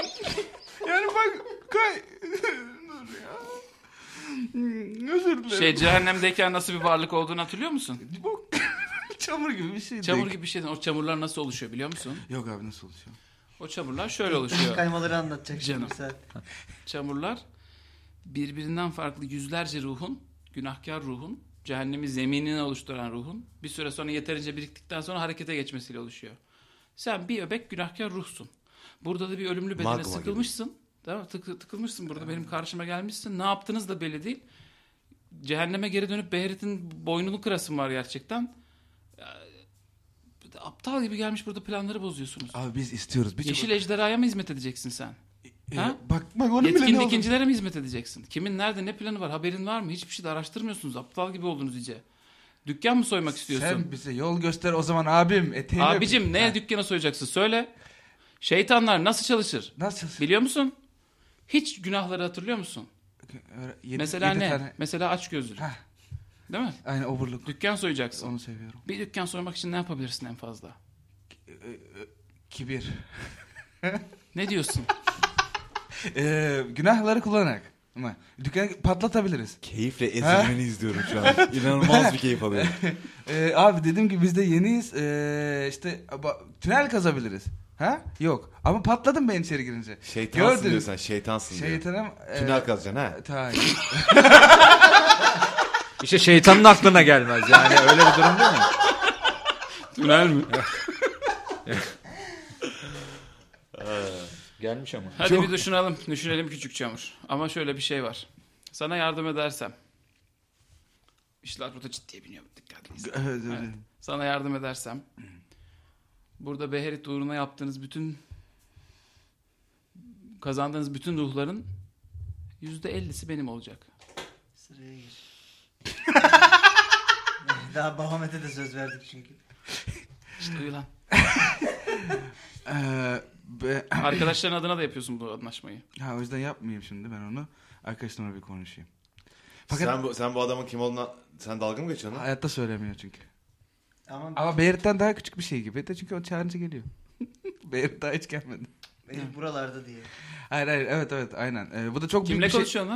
Yani bak kay... Dur ya. Hmm, Özür dilerim.
Şey cehennemdeyken nasıl bir varlık olduğunu hatırlıyor musun?
Bok. Çamur gibi bir şey.
Çamur gibi bir şeyden. O çamurlar nasıl oluşuyor biliyor musun?
Yok abi nasıl oluşuyor?
O çamurlar şöyle oluşuyor.
Kaymaları anlatacak
Canım.
şimdi sen.
çamurlar birbirinden farklı yüzlerce ruhun, günahkar ruhun, cehennemi zeminini oluşturan ruhun bir süre sonra yeterince biriktikten sonra harekete geçmesiyle oluşuyor. Sen bir öbek günahkar ruhsun. Burada da bir ölümlü bedene
Magma gibi.
sıkılmışsın. Değil mi? Tık- tıkılmışsın burada benim karşıma gelmişsin. Ne yaptınız da belli değil. Cehenneme geri dönüp Beherit'in boynunu kırasın var gerçekten. Ya, Aptal gibi gelmiş burada planları bozuyorsunuz.
Abi biz istiyoruz. Bir
Yeşil ejderhaya mı hizmet edeceksin sen?
çabuk-
ha?
Ee, Bak bak onun bile
Yetkin
ne oldu?
dikincilere mi hizmet edeceksin? Kimin nerede ne planı var haberin var mı? Hiçbir şey de araştırmıyorsunuz. Aptal gibi oldunuz iyice. Dükkan mı soymak istiyorsun?
Sen bize yol göster o zaman abim. E, Eteğini öp.
Abicim neye dükkana soyacaksın söyle. Şeytanlar nasıl çalışır?
Nasıl?
Biliyor musun? Hiç günahları hatırlıyor musun?
Öyle yedi-
Mesela
yedi
ne?
tane-
Mesela açgözlülük.
Heh.
Değil mi?
Aynen oburluk.
Dükkan soyacaksın.
Onu seviyorum.
Bir dükkan soymak için ne yapabilirsin en fazla?
Kibir.
Ne diyorsun?
Ee, günahları kullanarak. Ama Dükkanı patlatabiliriz.
Keyifle ezilmeni izliyorum şu an. İnanılmaz bir keyif alıyorum.
Ee, abi dedim ki biz de yeniyiz. Ee, işte aba- tünel kazabiliriz. Ha? Yok. Ama patladım ben içeri girince.
Şeytansın
Gördünüz.
diyor sen şeytansın diyor.
Şeytanım.
Tünel kazacaksın ha.
e, ta-
İşte şeytanın aklına gelmez yani öyle bir durum değil mi?
Tünel mi?
Gelmiş ama.
Hadi bir düşünelim. Düşünelim küçük çamur. Ama şöyle bir şey var. Sana yardım edersem. İşler burada ciddiye biniyor. Dikkatli izle.
Evet, öyle.
Evet. Sana yardım edersem. Burada Beherit uğruna yaptığınız bütün kazandığınız bütün ruhların yüzde ellisi benim olacak.
Sıraya gir. Daha Bahamet'e de söz verdik çünkü.
İşte uyu lan.
Ee, be-
Arkadaşların adına da yapıyorsun bu anlaşmayı.
ha, o yüzden yapmayayım şimdi ben onu. Arkadaşlarımla bir konuşayım. Fakat
Sen bu, sen bu adamın kim olduğuna sen dalga mı geçiyorsun? lan?
hayatta söylemiyor çünkü.
Ama
Ama Beyrut'tan daha küçük bir şey gibi de çünkü o çağırınca geliyor. Beyrut daha hiç gelmedi.
benim buralarda diye.
Hayır hayır evet evet aynen. Ee, bu da çok
Kimle
büyük bir şey.
konuşuyorsun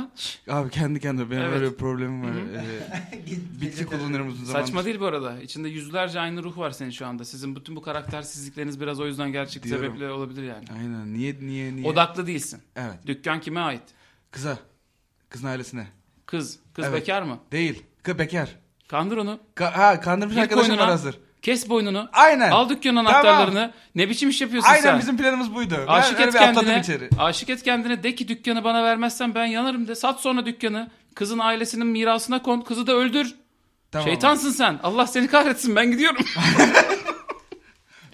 lan?
Abi kendi kendime benim
Evet.
böyle bir problemim var.
Hı
Ee,
Git-
bitki kullanıyorum uzun zamandır.
Saçma değil bu arada. İçinde yüzlerce aynı ruh var senin şu anda. Sizin bütün bu karaktersizlikleriniz biraz o yüzden gerçek
Diyorum.
sebeple olabilir yani.
Aynen niye niye niye.
Odaklı değilsin.
Evet
Dükkan kime ait?
kıza. Kızın ailesine.
Kız. Kız
Evet.
bekar mı?
Değil. Kı bekar.
Kandır onu.
Ka- ha kandırmış
Bir
arkadaşım var
koynuna-
hazır.
Kes boynunu.
Aynen.
Al dükkanın anahtarlarını. Ne biçim iş yapıyorsun
Aynen
sen?
bizim planımız buydu. Ben
Aşık
öyle
et
bir atladım
kendine.
içeri.
Aşık et kendine. De ki dükkanı bana vermezsen ben yanarım de. Sat sonra dükkanı. Kızın ailesinin mirasına kon. Kızı da öldür.
Tamam.
Şeytansın sen. Allah seni kahretsin. Ben gidiyorum.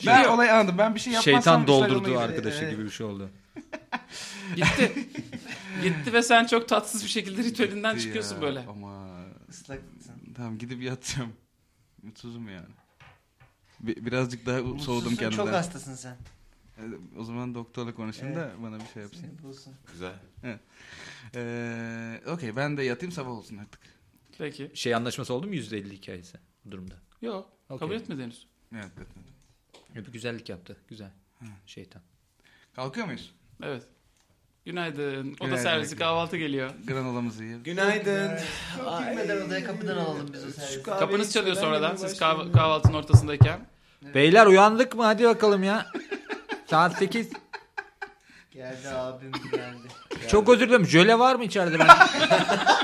Ben
Gidiyor.
olayı anladım. Ben bir şey yapmazsam...
Şeytan
işler yoluna
doldurduğu
gider.
arkadaşı
Evet.
gibi bir şey oldu.
Gitti. Gitti ve sen çok tatsız bir şekilde ritüelinden
Gitti
çıkıyorsun
ya,
böyle.
Ama
Islaksın.
tamam gidip yatacağım. Mutsuzum yani. Bir, birazcık daha soğudum
Mutsuzsun,
kendimden.
Çok hastasın sen.
Ee, O zaman doktorla konuşayım
Evet.
da bana bir şey yapsın.
Seni bulsun.
Güzel.
Ee, Okey ben de yatayım sabah olsun artık.
Peki.
Şey anlaşması oldu mu %50 hikayesi bu durumda?
Yok. Kabul
Okey.
etmedi henüz.
Evet, evet, evet.
Bir güzellik yaptı. Güzel. Şeytan.
Kalkıyor muyuz?
Evet. Günaydın. Oda
Günaydın.
servisi kahvaltı geliyor.
Granolamızı yiyelim.
Günaydın.
Çok girmeden odaya kapıdan alalım biz o servisi.
Kapınız çalıyor sonradan. Siz kahv- kahvaltının ortasındayken.
Beyler uyandık mı? Hadi bakalım ya. Saat 8.
Geldi abim geldi.
Çok özür dilerim. Jöle var mı içeride ben?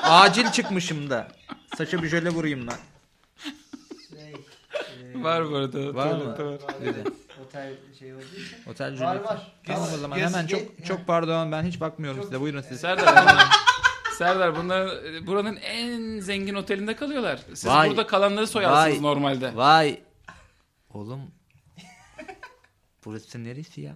Acil çıkmışım da. Saça bir jöle vurayım lan.
Şey, e,
Var bu arada.
Var mı?
tuvalette var.
evet, Otel şey olduğu için.
Otel
Var,
jölesi.
var.
Tamam
Gez-
o zaman
gez-
hemen
gez-
çok çok pardon ben hiç bakmıyorum size. Buyurun siz.
Serdar bunlar- Serdar bunlar e, buranın en zengin otelinde kalıyorlar. Siz
Vay.
burada kalanları soyarsınız
Vay.
normalde.
Vay. Oğlum. Burası neresi ya?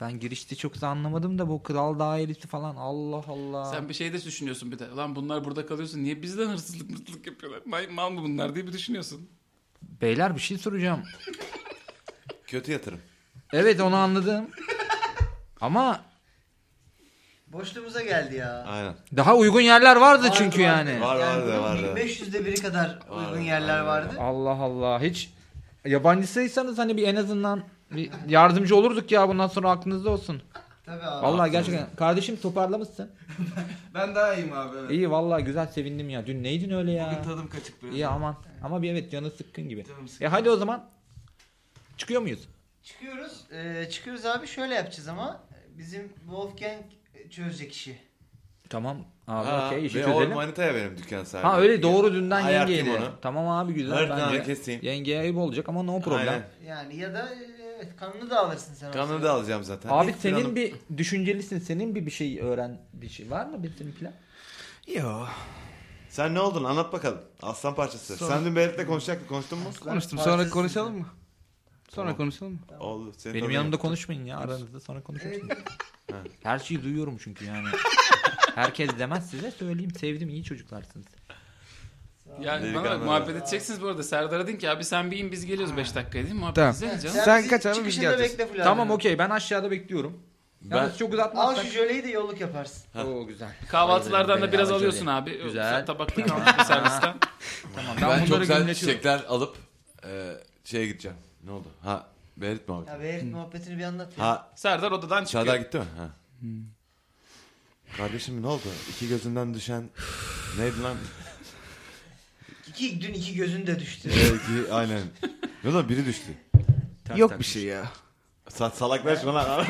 Ben girişte çok da anlamadım da bu kral dairesi falan. Allah Allah.
Sen bir şey de düşünüyorsun bir de. Lan bunlar burada kalıyorsun. Niye bizden hırsızlık mırsızlık yapıyorlar? May- Mal mı bunlar diye bir düşünüyorsun.
Beyler bir şey soracağım.
Kötü yatırım.
Evet onu anladım. Ama
Boşluğumuza geldi ya.
Aynen.
Daha uygun yerler vardı
Vardı,
çünkü
vardı.
yani.
Var, var,
bunun
var, var.
1500'de biri kadar
Var,
uygun yerler
var,
vardı.
Allah Allah hiç yabancısıysanız hani bir en azından bir yardımcı olurduk ya bundan sonra aklınızda olsun.
Tabii abi.
Vallahi gerçekten kardeşim toparlamışsın.
Ben daha iyiyim abi evet.
İyi vallahi güzel sevindim ya. Dün neydin öyle
Bugün
ya?
tadım kaçık biraz.
İyi aman. Ama bir evet canı sıkkın gibi.
Canım sıkıldı.
E hadi o zaman çıkıyor muyuz?
Çıkıyoruz. Ee, çıkıyoruz abi şöyle yapacağız ama bizim Wolfgang çözecek işi.
Tamam abi
Ha,
okey işi
ve
çözelim.
o manita ya benim dükkan sahibi.
Ha öyle doğru dünden
Ayartayım
yengeydi.
onu.
Tamam abi güzel.
Her
bence.
tane keseyim.
Yengeye ayıp olacak ama no problem.
Aynen.
Yani ya da e, evet kanını da alırsın sen.
Kanını da alacağım zaten.
Abi
Hiç
senin
planım-
bir düşüncelisin. Senin bir bir şey öğren bir şey var mı bir senin plan?
Yo.
Sen ne oldun anlat bakalım. Aslan parçası.
Sonra-
Sen dün Berit'le konuşacaktık konuştun mu?
Konuştum
Parçası
sonra
sizin.
konuşalım mı? Sonra
Tamam.
konuşalım mı?
Oldu. Seni
Benim
tanıyorum.
yanımda konuşmayın ya aranızda sonra konuşuruz. Her şeyi duyuyorum çünkü yani. Herkes demez size söyleyeyim sevdim iyi çocuklarsınız.
Ya bana bak
Delikanlı
muhabbet
adam.
edeceksiniz bu arada. Serdar'a deyin ki abi sen bir in biz geliyoruz 5 dakikaya değil mi? Muhabbet
Tamam.
edeceğiz canım.
Sen
bizi
kaç abi, biz
çıkışında
geleceğiz.
bekle Fulya
Tamam
abi.
okey ben aşağıda bekliyorum. Yalnız çok
Al
uzatmazsak.
şu jöleyi de yolluk yaparsın.
Oo güzel.
Kahvaltılardan da
Aynen,
biraz
bedava
alıyorsun
jöle.
abi.
Güzel.
Tabakta kahvaltı servisten.
Tamam
Ben, çok güzel
gümletiyorum.
çiçekler alıp e, şeye gideceğim. Ne oldu? Ha Berit mi abi?
Ya Berit muhabbetini bir anlat. ya.
Ha
Serdar odadan çıkıyor.
Çağdar gitti mi? Ha.
Hmm.
Kardeşim ne oldu? İki gözünden düşen neydi lan?
İki, dün iki gözün de düştü.
Belki aynen. Ne oldu? Biri düştü.
Yok bir şey ya.
Sa salaklaşma lan.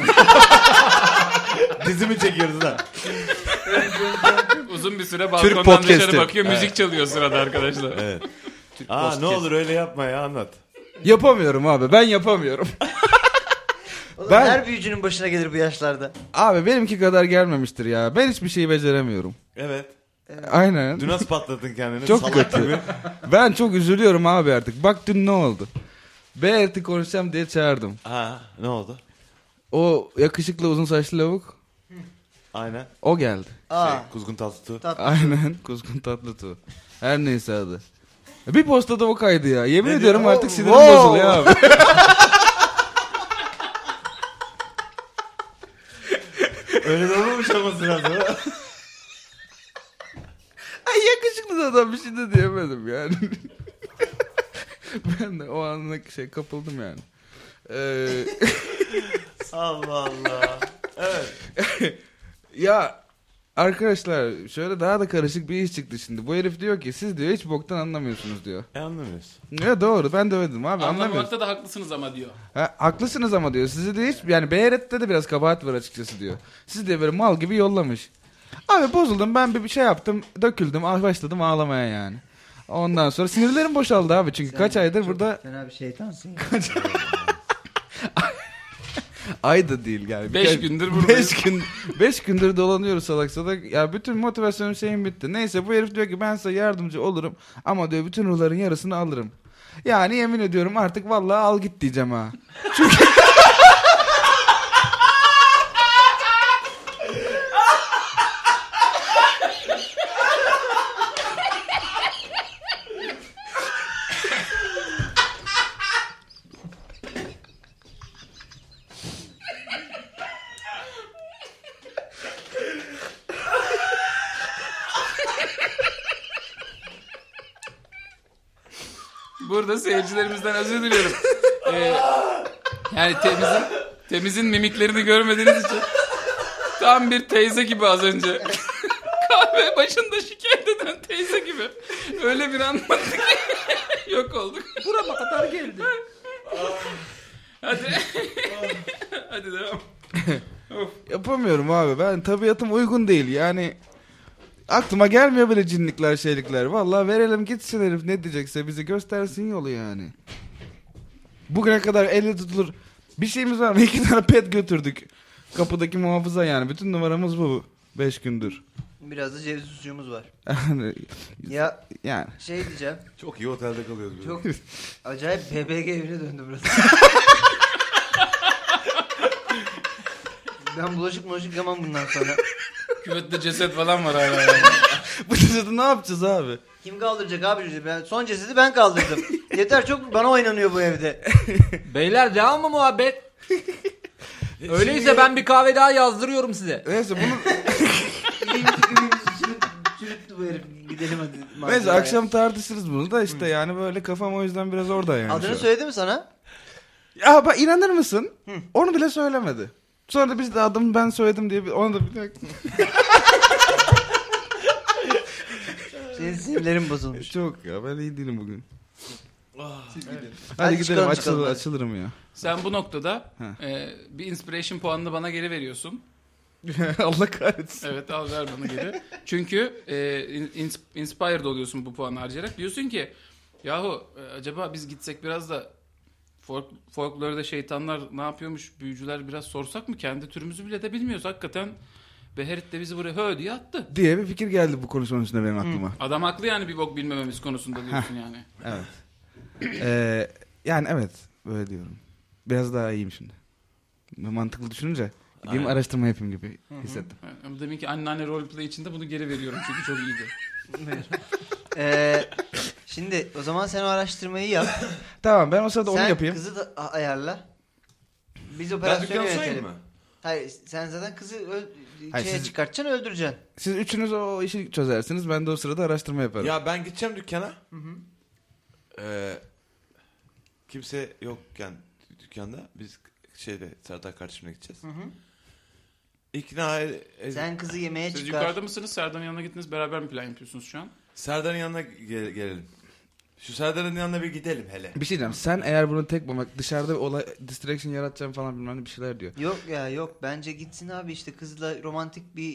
Dizimi çekiyoruz lan.
Uzun bir süre
Türk
balkondan dışarı
podcast'i.
bakıyor. Müzik çalıyor sırada arkadaşlar.
Evet. Aa ne olur öyle yapma ya anlat.
Yapamıyorum abi ben yapamıyorum.
Oğlum
Ben-
her büyücünün başına gelir bu yaşlarda.
Abi benimki kadar gelmemiştir ya. Ben hiçbir şeyi beceremiyorum.
Evet.
Aynen.
Dün nasıl patlattın kendini?
Çok
Salak
kötü.
gibi.
Ben çok üzülüyorum abi artık. Bak dün ne oldu? Beğerti konuşacağım diye çağırdım.
Ha ne oldu?
O yakışıklı uzun saçlı lavuk
Aynen.
o geldi.
Aa.
Şey, kuzgun tatlıtu.
Tatlı.
Aynen Kuzgun Tatlıtuğ. Her neyse adı. Bir postada o kaydı ya. Yemin
Ne
ediyorum
diyor?
artık sinirim
Wow.
bozuluyor abi.
öyle de olmamış ama sırada.
Ay yakışıklı da adam bir şey de diyemedim yani. ben de o anına şey kapıldım yani. Ee,
Allah Allah. Evet.
ya arkadaşlar şöyle daha da karışık bir iş çıktı şimdi. Bu herif diyor ki siz diyor hiç boktan anlamıyorsunuz diyor.
E anlamıyorsun.
Ya doğru ben de öyledim abi anlamıyorum.
Anlamakta da haklısınız ama diyor.
Ha, haklısınız ama diyor. Sizi de hiç yani Beyret'te de biraz kabahat var açıkçası diyor. Sizi de böyle mal gibi yollamış. Abi bozuldum ben bir bir şey yaptım döküldüm ah, başladım ağlamaya yani. Ondan sonra sinirlerim boşaldı abi çünkü kaç
Sen
aydır
çok
burada
Fena bir şeytansın ya.
ay da değil yani.
5
Birkaç-
gündür buradayız.
Beş gün beş gündür dolanıyoruz salak salak. Ya bütün motivasyonum şeyim bitti. Neyse bu herif diyor ki ben size yardımcı olurum ama diyor bütün ruhların yarısını alırım. Yani yemin ediyorum artık vallahi al git diyeceğim ha.
Burada seyircilerimizden özür diliyorum. Ee, yani temizin temizin mimiklerini görmediğiniz için tam bir teyze gibi az önce. Kahve başında şikayet eden teyze gibi. Öyle bir anlattı ki yok olduk.
Burama kadar geldi.
Hadi. Hadi devam.
Yapamıyorum abi ben tabiatım uygun değil yani aklıma gelmiyor böyle cinlikler şeylikler. Vallahi verelim gitsin herif ne diyecekse bize göstersin yolu yani. Bugüne kadar elle tutulur bir şeyimiz var mı? İki tane pet götürdük. Kapıdaki muhafıza yani bütün numaramız bu. Beş gündür.
Biraz da ceviz sucuğumuz var.
Yani-
Ya
yani.
şey diyeceğim.
Çok iyi otelde kalıyoruz. biz.
Çok acayip BBG evine döndü burası. ben bulaşık bulaşık yamam bundan sonra.
Küvette ceset falan var hala.
Bu çocuğu ne yapacağız abi?
Kim kaldıracak abi cesedi? Ben, son cesedi ben kaldırdım. Yeter çok bana oynanıyor bu evde.
Beyler devam mı muhabbet? Öyleyse ben bir kahve daha yazdırıyorum size.
Neyse bunu
Çürüttü bu herif. Gidelim hadi.
neyse
manzaraya.
akşam tartışırız bunu da işte yani böyle kafam o yüzden biraz orada yani. şu
Adını
an.
söyledi mi sana?
Ya bak inanır mısın? Onu bile söylemedi. Sonra da biz de adımı ben söyledim diye bir- ona da bir dakika.
Senin sinirlerin bozulmuş.
Çok ya ben iyi değilim bugün. Hadi,
Hadi
gidelim
çıkalım,
açıl-
çıkalım hadi.
açılırım ya.
Sen bu noktada
Heh.
e, bir inspiration puanını bana geri veriyorsun.
Allah kahretsin.
Evet al ver bana geri. Çünkü e, in- ins- inspired oluyorsun bu puanı harcayarak. Diyorsun ki yahu e, acaba biz gitsek biraz da folk, folklorda şeytanlar ne yapıyormuş büyücüler biraz sorsak mı? Kendi türümüzü bile de bilmiyoruz. Hakikaten Beherit de bizi buraya hö diye attı.
Diye bir fikir geldi bu konuşmanın üstüne benim aklıma.
Adam haklı yani bir bok bilmememiz konusunda diyorsun yani.
Evet. Ee, yani evet böyle diyorum. Biraz daha iyiyim şimdi. Mantıklı düşününce gideyim
Aynen.
araştırma yapayım gibi hissettim.
Evet, Ama demin ki anneanne roleplay içinde bunu geri veriyorum çünkü çok iyiydi.
Ee, şimdi o zaman sen o araştırmayı yap.
Tamam ben o sırada
sen
onu yapayım.
kızı da a- ayarla. Biz
Ben
operasyonu
dükkanı
yönetelim.
sayayım mı?
Hayır sen zaten kızı ö-
Hayır,
şeye
siz-
çıkartacaksın öldüreceksin.
Siz üçünüz o işi çözersiniz. Ben de o sırada araştırma yaparım.
Ya ben gideceğim dükkana. Ee, kimse yokken dükkanda biz şeyde Serdar kardeşimle gideceğiz. İkna e-
Ee,
e-
Sen kızı yemeğe
Siz
çıkar.
yukarıda mısınız? Serdar'ın yanına gittiniz. Beraber mi plan yapıyorsunuz şu an?
Serdar'ın yanına ge- gelelim. Şu Serdar'ın yanına bir gidelim hele.
Bir şey diyeceğim. Sen eğer bunu tek bak dışarıda bir olay distraction yaratacağım falan bilmem ne bir şeyler diyor.
Yok ya yok bence gitsin abi işte kızla romantik bir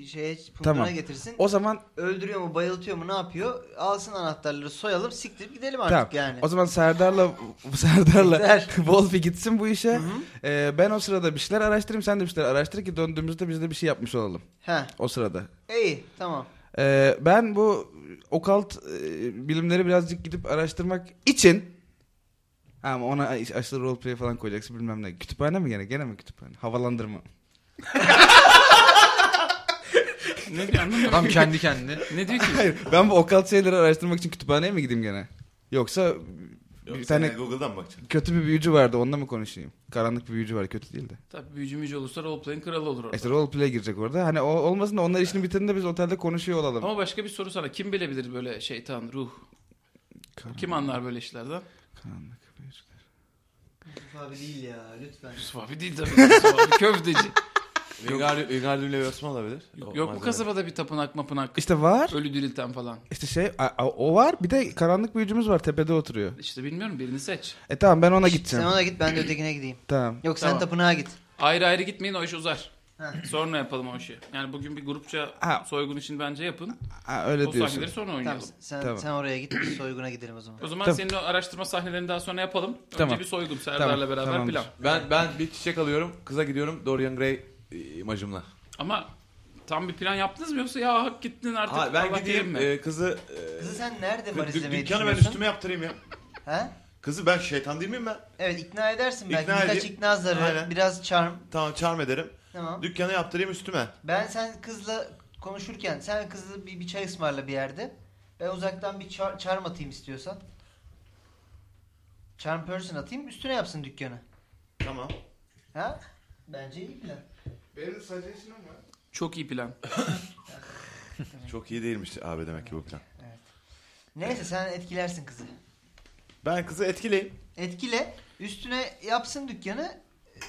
e, şeye punduna
Tamam.
getirsin.
O zaman
Öldürüyor mu bayıltıyor mu ne yapıyor? Alsın anahtarları soyalım siktirip gidelim
tamam.
artık yani.
O zaman Serdar'la Serdar'la
Yeter.
Wolfi gitsin bu işe. Ee, ben o sırada bir şeyler araştırayım, sen de bir şeyler araştır ki döndüğümüzde biz de bir şey yapmış olalım
He
o sırada.
iyi tamam.
Ee, ben bu okalt e, bilimleri birazcık gidip araştırmak için ama ona aşırı roleplay falan koyacaksın bilmem ne. Kütüphane mi gene? Gene mi kütüphane? Havalandırma.
Ne diyor anlamıyorum.
Adam kendi kendine.
ne diyor ki?
Hayır ben bu okalt şeyleri araştırmak için kütüphaneye mi gideyim gene? Yoksa
Yok,
bir tane
yani Google'dan mı bakacaksın?
kötü bir büyücü vardı onunla mı konuşayım? Karanlık bir büyücü var kötü değil de.
Tabii büyücü mücü olursa roleplay'in kralı olur orada.
İşte roleplay girecek orada. Hani o olmasın da onlar işini bitirdiğinde biz otelde konuşuyor olalım.
Ama başka bir soru sana. Kim bilebilir böyle şeytan, ruh?
Karanlık,
Kim anlar böyle işlerden?
karanlık büyücü.
Yusuf abi değil ya lütfen.
Yusuf abi değil tabii. Yusuf abi köfteci.
Wingardium Leviosa olabilir. O
Yok mu
malzeme.
kasabada bir tapınak mapınak?
İşte var.
Ölü dirilten falan.
İşte şey a- a- o var. Bir de karanlık büyücümüz var tepede oturuyor.
İşte bilmiyorum birini seç.
E tamam ben ona
Sen
gideceğim.
ona git ben de ötekine gideyim.
Tamam.
Yok sen
Tamam.
tapınağa git.
Ayrı ayrı gitmeyin o iş uzar.
Heh.
Sonra yapalım o işi. Yani bugün bir grupça
Ha.
soygun için bence yapın.
Ha,
O
öyle diyorsun.
sahneleri sonra
Tamam,
oynayalım.
sen,
Tamam.
sen oraya git biz soyguna gidelim o zaman.
O zaman
Tamam.
senin o araştırma sahnelerini daha sonra yapalım. Önce
Tamam.
bir soygun Serdar'la
Tamam,
beraber
tamamdır.
plan.
Ben ben bir çiçek alıyorum. Kıza gidiyorum. Dorian Gray e, imajımla.
Ama tam bir plan yaptınız mı yoksa ya hak gittin artık
Ha, ben
Allah
gideyim
mi?
e, kızı... e,
Kızı sen nerede
dük-
var izlemeyi
dükkanı ben
düşünüyorsun?
üstüme yaptırayım ya.
He?
Kızı ben şeytan değil miyim ben?
Evet ikna edersin belki.
İkna
Birkaç
edeyim.
ikna zarı,
Aynen.
biraz charm.
Tamam charm ederim.
Tamam.
Dükkanı yaptırayım üstüme.
Ben sen kızla konuşurken sen kızla bir, bir çay ısmarla bir yerde. Ben uzaktan bir char, charm atayım istiyorsan. Charm person atayım üstüne yapsın dükkanı.
Tamam.
Ha? Bence iyi plan.
Benim suggestion'ım var.
Çok iyi plan.
Çok iyi değilmiş abi demek ki bu plan.
Neyse sen etkilersin kızı.
Ben kızı etkileyim.
Etkile üstüne yapsın dükkanı. Ee,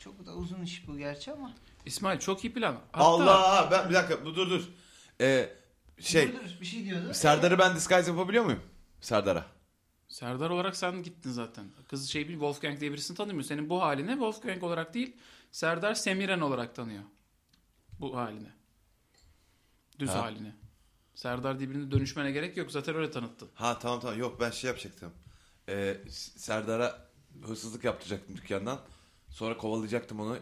Çok da uzun iş bu gerçi ama.
İsmail çok iyi plan. Hatta
Allah ben bir dakika bu- dur dur. Ee, şey
Dur, dur, bir şey diyordu.
Serdar'ı ben disguise yapabiliyor muyum? Serdar'a.
Serdar olarak sen gittin zaten. Kız şey bir Wolfgang diye birisini tanımıyor. Senin bu haline Wolfgang olarak değil Serdar Semiren olarak tanıyor. Bu haline. Düz
Ha.
haline. Serdar diye birine dönüşmene gerek yok. Zaten öyle tanıttın.
Ha tamam tamam yok ben şey yapacaktım. Ee, S- Serdar'a hırsızlık yaptıracaktım dükkandan. Sonra kovalayacaktım onu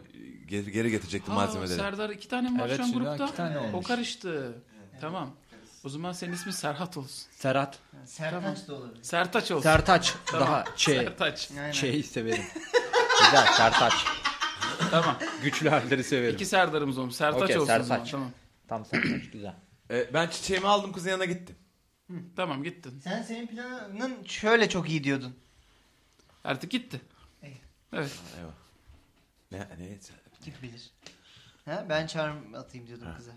geri, geri getirecektim
Ha,
malzemeleri.
Serdar iki tane mi var
Evet,
şu an
şimdi
grupta?
iki tane
O
olmuş.
karıştı. Tamam. O zaman senin ismin Serhat olsun.
Serhat.
Sertaç da olabilir.
Sertaç olsun.
Sertaç.
Tamam.
Daha Ç.
Sertaç.
Aynen.
Ç'yi severim. Güzel Sertaç.
Tamam.
Güçlü harfleri severim.
İki Serdar'ımız olmuş. Sertaç
Okey,
olsun o zaman.
Sertaç.
Tamam.
Tam Sertaç güzel.
Ee, ben çiçeğimi aldım kızın yanına gittim.
Tamam gittin.
Sen senin planın şöyle çok iyi diyordun.
Artık gitti.
İyi.
Evet.
Ha, eyvah. Ne, ne?
Kim bilir. Ha, ben charm atayım diyordum kıza.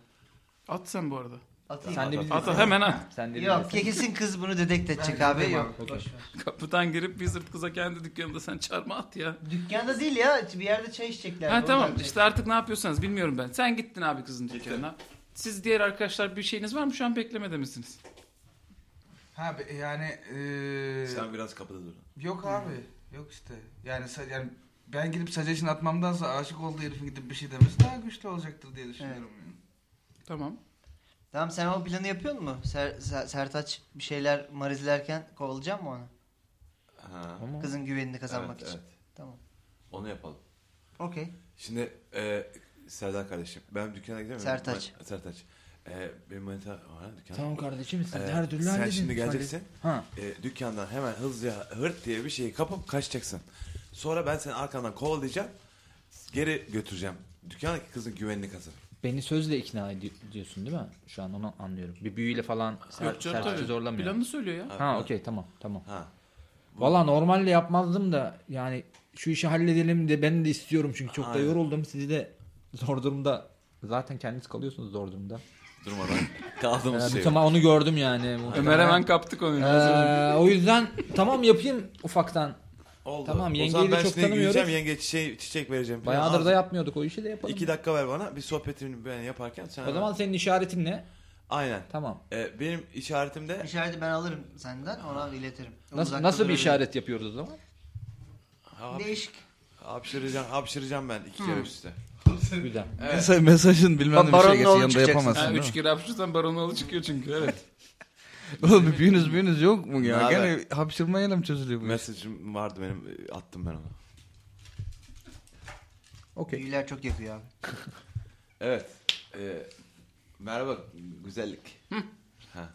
At sen bu arada.
Atayım.
Sen de
At,
bilirsin.
At at, hemen at.
Sen de
Yok
bilirsin.
kesin kız bunu dedekt edecek abi. Yok.
Okey.
Kapıdan girip Wizard kıza kendi dükkanında sen çarmıha at ya.
Dükkanda değil ya bir yerde çay içecekler.
ha
Oradan
tamam
çay-
işte artık ne yapıyorsanız bilmiyorum ben. Sen gittin abi kızın dükkanına. Siz diğer arkadaşlar bir şeyiniz var mı? Şu an beklemede misiniz?
Ha be- yani
Ee,
eee,
Sen biraz kapıda dur.
yok abi. Yok işte. Yani sa- yani ben gidip suggestion atmamdansa aşık olduğu herifin gidip bir şey demesi daha güçlü olacaktır diye düşünüyorum. yani.
Tamam.
Tamam sen o planı yapıyor mu? Ser, Ser- Sertaç bir şeyler marizlerken kovalayacak mı onu?
Ha.
Ama
Kızın güvenini kazanmak
Evet,
için.
evet.
Tamam.
Onu yapalım.
Okey.
Şimdi e, Serdar kardeşim. Ben dükkana gidemiyorum.
Sertaç.
Ben- Sertaç. E, benim manita var dükkan.
Tamam kardeşim siz
E,
her türlü
sen
halledin.
şimdi geleceksin.
Ha.
E, dükkandan hemen hızlıca hırt diye bir şeyi kapıp kaçacaksın. Sonra ben seni arkandan kovalayacağım. Geri götüreceğim. Dükkandaki kızın güvenini kazan.
Beni sözle ikna ediyorsun değil mi? Şu an onu anlıyorum. Bir büyüyle falan ser,
Yok canım
sertçe
tabii.
zorlamıyor.
Planını söylüyor ya.
Ha okey tamam tamam.
Ha.
Valla normalde yapmazdım da yani şu işi halledelim de ben de istiyorum çünkü çok da
Aynen.
yoruldum. Sizi de zor durumda zaten kendiniz kalıyorsunuz zor durumda.
Durmadan
Ee,
kaldığımız
bu
şey.
sabah onu gördüm yani. muhtemelen.
Ömer hemen kaptı konuyu.
Ee, o yüzden tamam yapayım ufaktan.
Oldu.
Tamam,
O
yengeyi
zaman
de
ben
çok
şimdi
tanımıyoruz.
gideceğim, Yenge çiçeği, çiçek vereceğim.
Bayağıdır
Al.
da yapmıyorduk o işi de yapalım.
İki dakika ver bana. Bir sohbetini ben yaparken sen...
O zaman senin işaretin ne?
Aynen.
Tamam.
E, benim işaretim de...
İşareti ben alırım senden ona iletirim.
Nasıl,
Uzakta
nasıl bir
durabilir.
işaret yapıyoruz o zaman?
Hap-
Değişik.
Hapşıracağım, hapşıracağım ben iki
Hmm.
kere üst üste.
Güzel.
Mesaj, mesajın bilmem ne bir
Baronun
şey geçti
oğlu
yanında
çıkacaksın.
yapamazsın
Ha,
değil
üç kere hapşırsan Baronoğlu çıkıyor çünkü evet.
mi? Oğlum bir büyünüz büyünüz yok mu
Ne
ya?
haber?
Gene hapşırmayla mı çözülüyor bu iş?
Mesajım vardı benim, e, attım ben onu.
Okey.
Büyüler çok yakıyor abi.
Evet. e, merhaba güzellik. ha,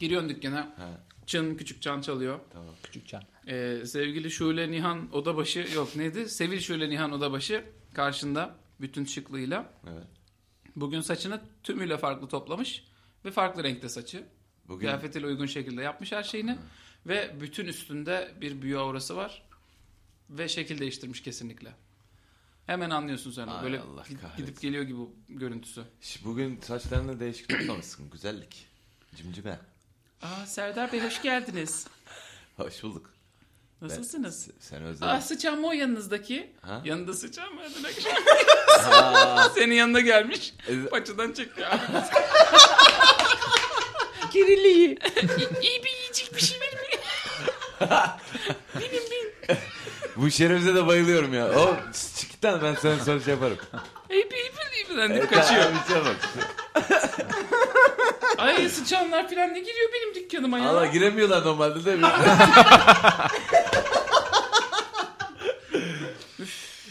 Giriyorsun dükkana.
ha,
Çın küçük çan çalıyor.
tamam.
Küçük can.
Ee, sevgili Şule Nihan Odabaşı yok neydi? Sevil Şule Nihan Odabaşı karşında bütün şıklığıyla.
Evet.
Bugün saçını tümüyle farklı toplamış ve farklı renkte saçı.
Bugün
Kıyafetiyle uygun şekilde yapmış her şeyini. Ve bütün üstünde bir büyü aurası var. Ve şekil değiştirmiş kesinlikle. Hemen anlıyorsun sen.
Ay
Böyle
Allah
gid-
kahretsin.
gidip geliyor gibi görüntüsü.
Ş- bugün saçlarını değişik toplamışsın güzellik. Cimcime.
Aa Serdar Bey hoş geldiniz.
Hoş bulduk.
Nasılsınız?
Sen özledin.
Aa Ah, sıçan mı o yanınızdaki?
Ha?
Yanında sıçan mı? Hadi bak. Senin yanına gelmiş.
E,
Paçadan çekiyor.
Kirliliği.
İyi bir yiyecek bir şey verir mi?
Bu şerefsize de bayılıyorum ya. O çıktan ben sana sonra şey yaparım.
İyi bir iyi bir iyi bir. deyip kaçıyor.
Bir şey bak.
Ay sıçanlar falan ne giriyor benim dükkanıma ya?
Allah giremiyorlar normalde de.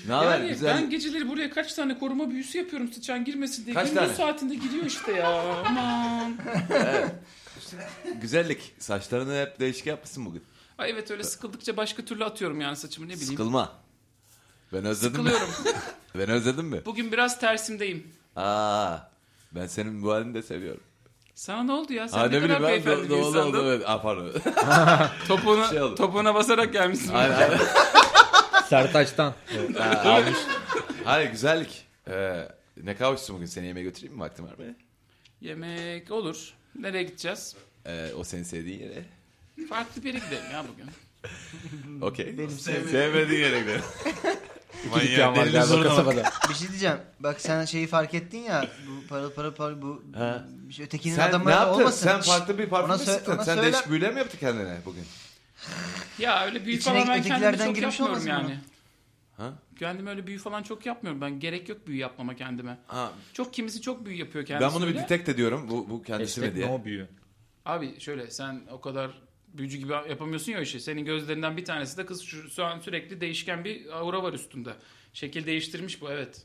ne haber
yani
güzel?
ben geceleri buraya kaç tane koruma büyüsü yapıyorum sıçan girmesin diye.
Kaç
Gündüz
tane?
saatinde giriyor işte ya. Aman.
Güzellik. Saçlarını hep değişik yapmışsın bugün.
Ay evet öyle sıkıldıkça başka türlü atıyorum yani saçımı ne bileyim.
Sıkılma. Ben özledim mi?
Sıkılıyorum.
Ben özledim mi?
Bugün biraz tersimdeyim.
Aa. Ben senin bu halini de seviyorum.
Sana ne oldu ya? Sen
Ha
ne, kadar
ben
beyefendi bir
doğ- doğal
insandın.
oldum. Evet. Aa, pardon.
Topuğuna,
Şey oldu.
topuğuna basarak gelmişsin.
Hayır, hayır.
Sertaç'tan.
Aa, almış. Hayır güzellik. Ee, ne kavuşsun bugün? Seni yemeğe götüreyim mi vaktim var mı?
Yemek olur. Nereye gideceğiz?
Ee, o seni sevdiğin yere.
Farklı bir yere gidelim ya bugün.
Okey. Benim sevmediğin yere gidelim.
İki dükkan var
delinin
galiba
zoruna bak.
kasabada.
Bir şey diyeceğim. Bak sen şeyi fark ettin ya. Bu para para para bu
Ha.
bir şey, ötekinin
Sen
adamı
ne yaptın?
olmasın.
Sen
Şşt,
farklı bir parfüm
ona
mü
sö-
sıktın?
ona
Sen
söyle.
değişik büyüle mi yaptı kendine bugün?
Ya öyle büyü
İçine
falan ben kendimi
ötekilerden
çok
girmiş
yapmıyorum
olmasın
yani.
Ha?
Kendime öyle büyü falan çok yapmıyorum. Ben gerek yok büyü yapmama kendime.
Ha,
Çok kimisi çok büyü yapıyor kendisi.
ben bunu bir
öyle.
detect ediyorum. Bu, bu kendisi mi
Hashtag
diye.
no büyü.
Abi şöyle sen o kadar büyücü gibi yapamıyorsun ya o işi. Senin gözlerinden bir tanesi de kız şu, şu an sürekli değişken bir aura var üstünde. Şekil değiştirmiş bu evet.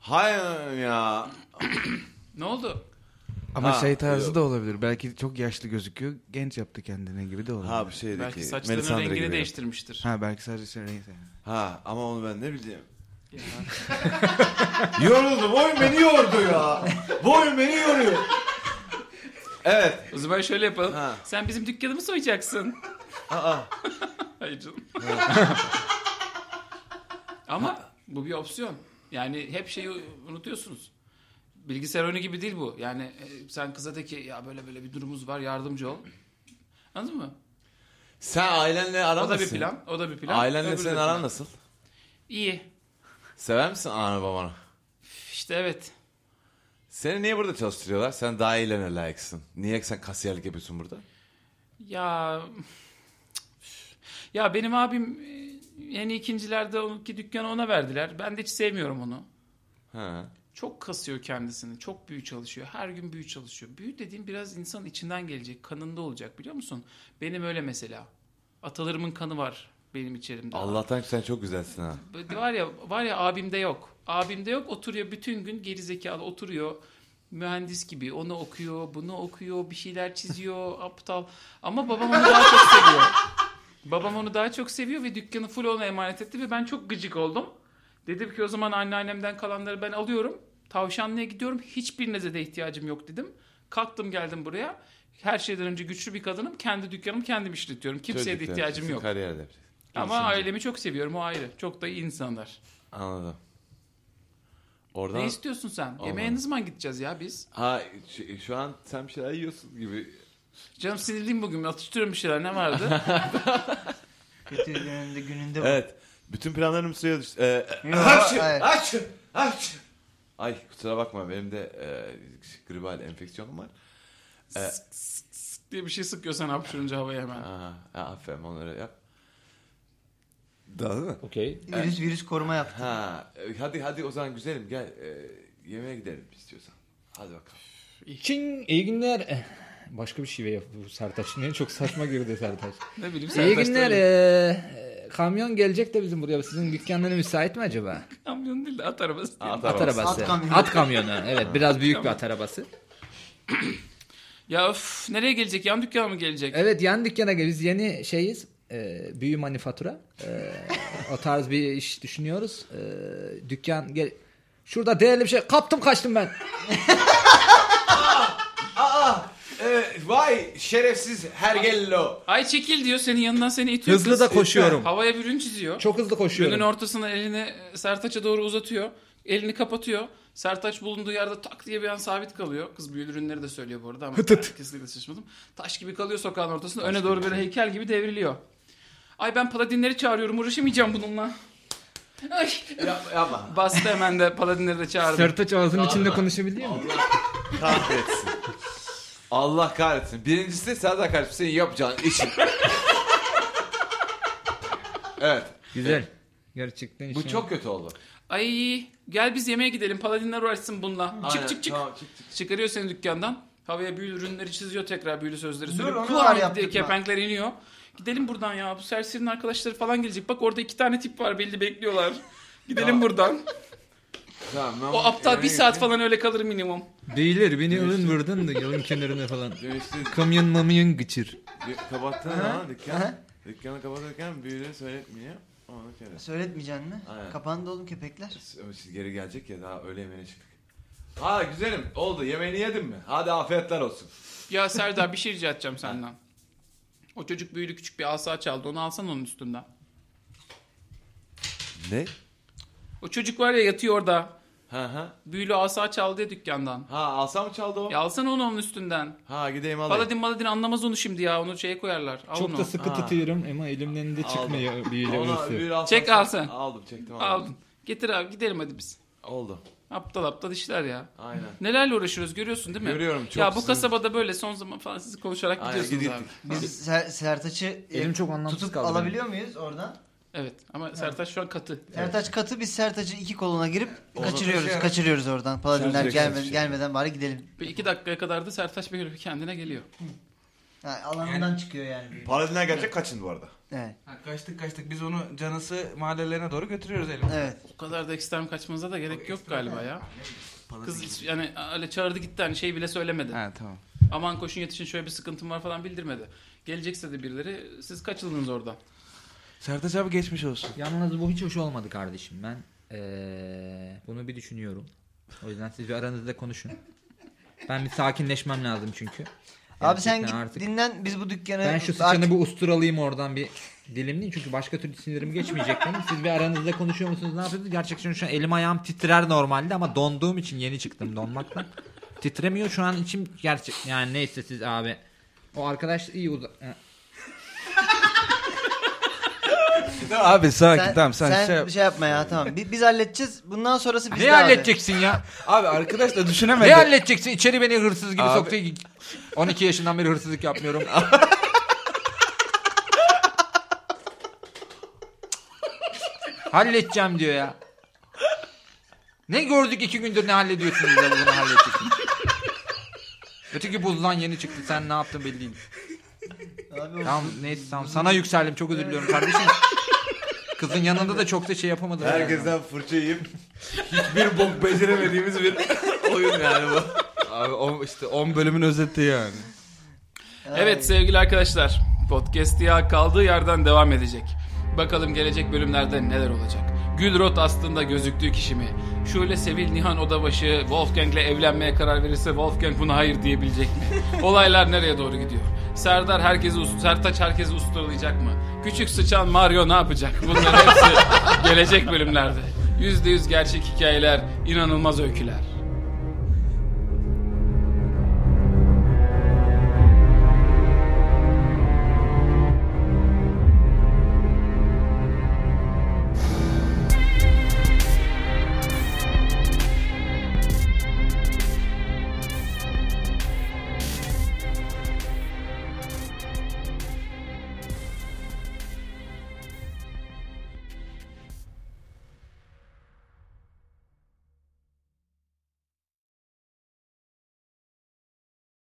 Hayır ya.
Ne oldu?
Ama
Ha,
şey tarzı
yok.
da olabilir. Belki çok yaşlı gözüküyor. Genç yaptı kendine gibi de olabilir.
Ha bir şey- şeydeki.
Belki saçlarının
Melisandre
rengini
gibi.
değiştirmiştir.
Ha belki sadece şey neyse.
Ha ama onu ben ne bileyim.
Ya.
Yoruldu. Boyun beni yordu ya. Boyun beni yoruyor. Evet.
O zaman şöyle yapalım.
Ha.
Sen bizim dükkanımı soyacaksın.
Aa.
Hayır canım. Ama bu bir opsiyon. Yani hep şeyi unutuyorsunuz. Bilgisayar oyunu gibi değil bu. Yani e, sen kıza de ki ya böyle böyle bir durumumuz var yardımcı ol. Anladın mı?
Sen ailenle aran
O da bir
nasıl?
plan. O da bir plan.
Ailenle
Öbürü de
senin
plan.
aran nasıl?
İyi.
Sever misin ananı babanı?
İşte evet.
Seni niye burada çalıştırıyorlar? Sen daha iyilerine layıksın. Niye sen kasiyerlik yapıyorsun burada?
Ya ya benim abim e, yani ikincilerde onunki dükkanı ona verdiler. Ben de hiç sevmiyorum onu.
Ha.
Çok kasıyor kendisini. Çok büyü çalışıyor. Her gün büyü çalışıyor. Büyü dediğim biraz insanın içinden gelecek. Kanında olacak biliyor musun? Benim öyle mesela. Atalarımın kanı var benim içerimde.
Allah'tan sen çok güzelsin ha.
Böyle Var ya var ya abimde yok. Abimde yok oturuyor bütün gün geri zekalı oturuyor. Mühendis gibi onu okuyor, bunu okuyor, bir şeyler çiziyor, aptal. Ama babam onu daha çok seviyor. Babam onu daha çok seviyor ve dükkanı full ona emanet etti ve ben çok gıcık oldum. Dedim ki o zaman anneannemden kalanları ben alıyorum. Tavşanlı'ya gidiyorum. Hiçbirinize de ihtiyacım yok dedim. Kalktım geldim buraya. Her şeyden önce güçlü bir kadınım. Kendi dükkanımı kendim işletiyorum. Kimseye de
Çocuklar,
ihtiyacım
kimse
yok.
Kariyer de yapacak.
Ama
İnsanca.
ailemi çok seviyorum o ayrı. Çok da iyi insanlar.
Anladım. Oradan...
Ne istiyorsun sen? Yemeğe
Olmadı.
ne zaman gideceğiz ya biz?
Ha şu, şu an sen bir şeyler yiyorsun gibi.
Canım sinirliyim bugün. Atıştırıyorum bir şeyler. Ne vardı?
Kötü gününde gününde bu.
Evet. Bütün planlarım suya düştü. Ee,
Yo,
aç!
hayır.
Aç! Aç! Ay kusura bakma benim de e, gribal enfeksiyonum var.
diye bir şey sıkıyorsan hapşırınca havaya hemen.
Aha, ha, aferin onları yap. Daha mı?
Okey.
Virüs virüs koruma yaptı.
Ha, e, hadi hadi o zaman güzelim gel e, yemeğe gidelim istiyorsan. Hadi bakalım.
Çin iyi günler. Eh, Başka bir şive yap bu Sertaç. Niye çok saçma girdi Sertaç.
Ne bileyim sen
iyi
taşta
günler.
öyle.
eh, kamyon gelecek de bizim buraya. Sizin dükkanları müsait mi acaba?
Kamyon değil de at arabası.
At
At
arabası.
arabası.
At kamyonu.
At kamyonu. Evet biraz büyük bir at arabası.
Ya öf, nereye gelecek? Yan dükkana mı gelecek?
Evet yan dükkana gel. Biz yeni şeyiz. E, büyü manifatura. E, o tarz bir iş düşünüyoruz. E, dükkan gel. Şurada değerli bir şey. Kaptım kaçtım ben.
E, vay şerefsiz hergello.
Ay çekil diyor. Senin yanından seni itiyor.
Hızlı
kız.
da koşuyorum.
Havaya bir ürün çiziyor.
Çok hızlı
Günün
koşuyorum.
ortasına elini e, Sertaç'a doğru uzatıyor. Elini kapatıyor. Sertaç bulunduğu yerde tak diye bir an sabit kalıyor. Kız büyülü ürünleri de söylüyor bu arada ama ben kesinlikle şaşmadım. Taş gibi kalıyor sokağın ortasında. Öne doğru böyle heykel gibi devriliyor. Ay ben paladinleri çağırıyorum uğraşamayacağım bununla. Ay.
Yap, yapma.
Bastı hemen de paladinleri de çağırdı.
Sertaç ağzının içinde konuşabiliyor mu?
Kahretsin. Allah kahretsin. Birincisi Serdar kardeşim senin yapacağın işin. evet.
Güzel. Gerçekten
Bu
işin-
çok kötü oldu.
Ay gel biz yemeğe gidelim paladinler uğraşsın bununla.
Aynen,
Çık çık çık.
Tamam, çık çık.
Çıkarıyor seni dükkandan. Havaya büyülü ürünleri çiziyor tekrar büyülü sözleri
Dur,
söylüyor.
onu
Kulağına
var
diye
yaptık ben.
kepenkler iniyor. Gidelim buradan ya. Bu serserinin arkadaşları falan gelecek. Bak orada iki tane tip var belli bekliyorlar. Gidelim
Ya.
buradan.
Tamam, ben
O aptal bir
yemeğe
saat
gideyim.
falan öyle kalır minimum.
Beyler beni alın buradan da yolun kenarına falan.
Dönüşte
Kamyon mamyon gıçır.
Bir kapattın ha dükkan.
aha.
Dükkanı kapatırken büyüğünü söyletmiyor. Onu kere.
Söyletmeyeceksin mi?
Aynen.
Kapandı oğlum köpekler.
Ama siz geri gelecek ya daha öğle yemeğine çıktık. Ha güzelim oldu yemeğini yedin mi? Hadi afiyetler olsun.
Ya Serdar bir şey rica edeceğim senden. O çocuk büyülü küçük bir asa çaldı. Onu alsan onun üstünden.
Ne?
O çocuk var ya yatıyor orada.
Ha ha.
Büyülü asa çaldı ya dükkandan.
Ha alsam mı çaldı o?
Ya alsana onu onun üstünden.
Ha gideyim alayım.
Paladin Maladin anlamaz onu şimdi ya. Onu şeye koyarlar. Al onu.
Çok da sıkı
Aa.
tutuyorum ama elimden de çıkmıyor büyüyle
Ona
orası.
öbürü alsam-
Çek alsın.
Aldım çektim aldım.
Aldın. Getir abi gidelim hadi biz.
Oldu.
Aptal aptal işler ya.
Aynen.
Nelerle uğraşıyoruz görüyorsun değil mi?
Görüyorum, çok
Ya bu
sinir-
kasabada böyle son zaman falan sizi konuşarak
Aynen,
gidiyorsunuz
gidip-
abi.
Biz Ser- Sertaç'ı e,
Elim çok anlamsız
tutup
kaldı
alabiliyor muyuz oradan?
Evet ama Sertaç şu an katı.
Sertaç katı biz Sertaç'ı iki koluna girip
Onu
kaçırıyoruz.
kaçır-
Kaçırıyoruz oradan. Paladinler
Sertaç
gelme,
kaçırıyor.
gelmeden bari gidelim.
Bir iki dakikaya kadar da Sertaç bir kendine geliyor.
Ha, alanından çıkıyor yani.
Paladinler gelecek kaçın bu arada.
Evet.
Ha, kaçtık kaçtık biz onu canısı mahallelerine doğru götürüyoruz elimizde.
Evet.
O kadar da ekstrem kaçmanıza da gerek yok galiba ya. Kız yani öyle çağırdı gitti hani şey bile söylemedi.
Ha tamam.
Aman koşun yetişin şöyle bir sıkıntım var falan bildirmedi. Gelecekse de birileri siz kaçıldınız oradan.
Sertaç abi geçmiş olsun.
Yalnız bu hiç hoş olmadı kardeşim. Ben eee, bunu bir düşünüyorum. O yüzden siz bir aranızda konuşun. Ben bir sakinleşmem lazım çünkü.
Abi sen git
Gerçekten artık.
dinlen biz bu dükkanı
Ben şu sıçanı bir usturalayayım oradan bir dilimleyeyim çünkü başka türlü sinirim geçmeyecek benim. Siz bir aranızda konuşuyor musunuz ne yapıyorsunuz? Gerçekten şu an elim ayağım titrer normalde ama donduğum için yeni çıktım donmaktan. Titremiyor şu an içim gerçek yani neyse siz abi. O arkadaş iyi uza... Ha.
Abi sakin
sen,
tamam sen, şey
sen
yap.
bir şey yapma ya tamam. Biz, biz halledeceğiz. Bundan sonrası bizde
Ne
abi.
halledeceksin ya?
Abi arkadaş da
Ne
düşünemedi.
halledeceksin? İçeri beni hırsız gibi
Abi.
soktu. 12 yaşından beri hırsızlık yapmıyorum. Halledeceğim diyor ya. Ne gördük iki gündür ne hallediyorsunuz ya bunu halledeceksin. Öteki buzdan yeni çıktı sen ne yaptın belli değil.
Abi,
Tamam neyse tamam sana yükseldim çok özür diliyorum kardeşim. Kızın yanında da çok da şey yapamadım. yani.
Herkesten fırça yiyip hiçbir bok beceremediğimiz bir oyun yani bu.
Abi on, işte 10 bölümün özeti yani.
Evet sevgili arkadaşlar, podcast ya kaldığı yerden devam edecek. Bakalım gelecek bölümlerde neler olacak. Gülrot aslında gözüktüğü kişi mi? Şöyle Sevil Nihan Odabaşı Wolfgang'le evlenmeye karar verirse Wolfgang buna hayır diyebilecek mi? Olaylar nereye doğru gidiyor? Serdar herkesi us- Sertaç herkesi usturulayacak mı? Küçük sıçan Mario ne yapacak? Bunların hepsi gelecek bölümlerde. %100 gerçek hikayeler, inanılmaz öyküler.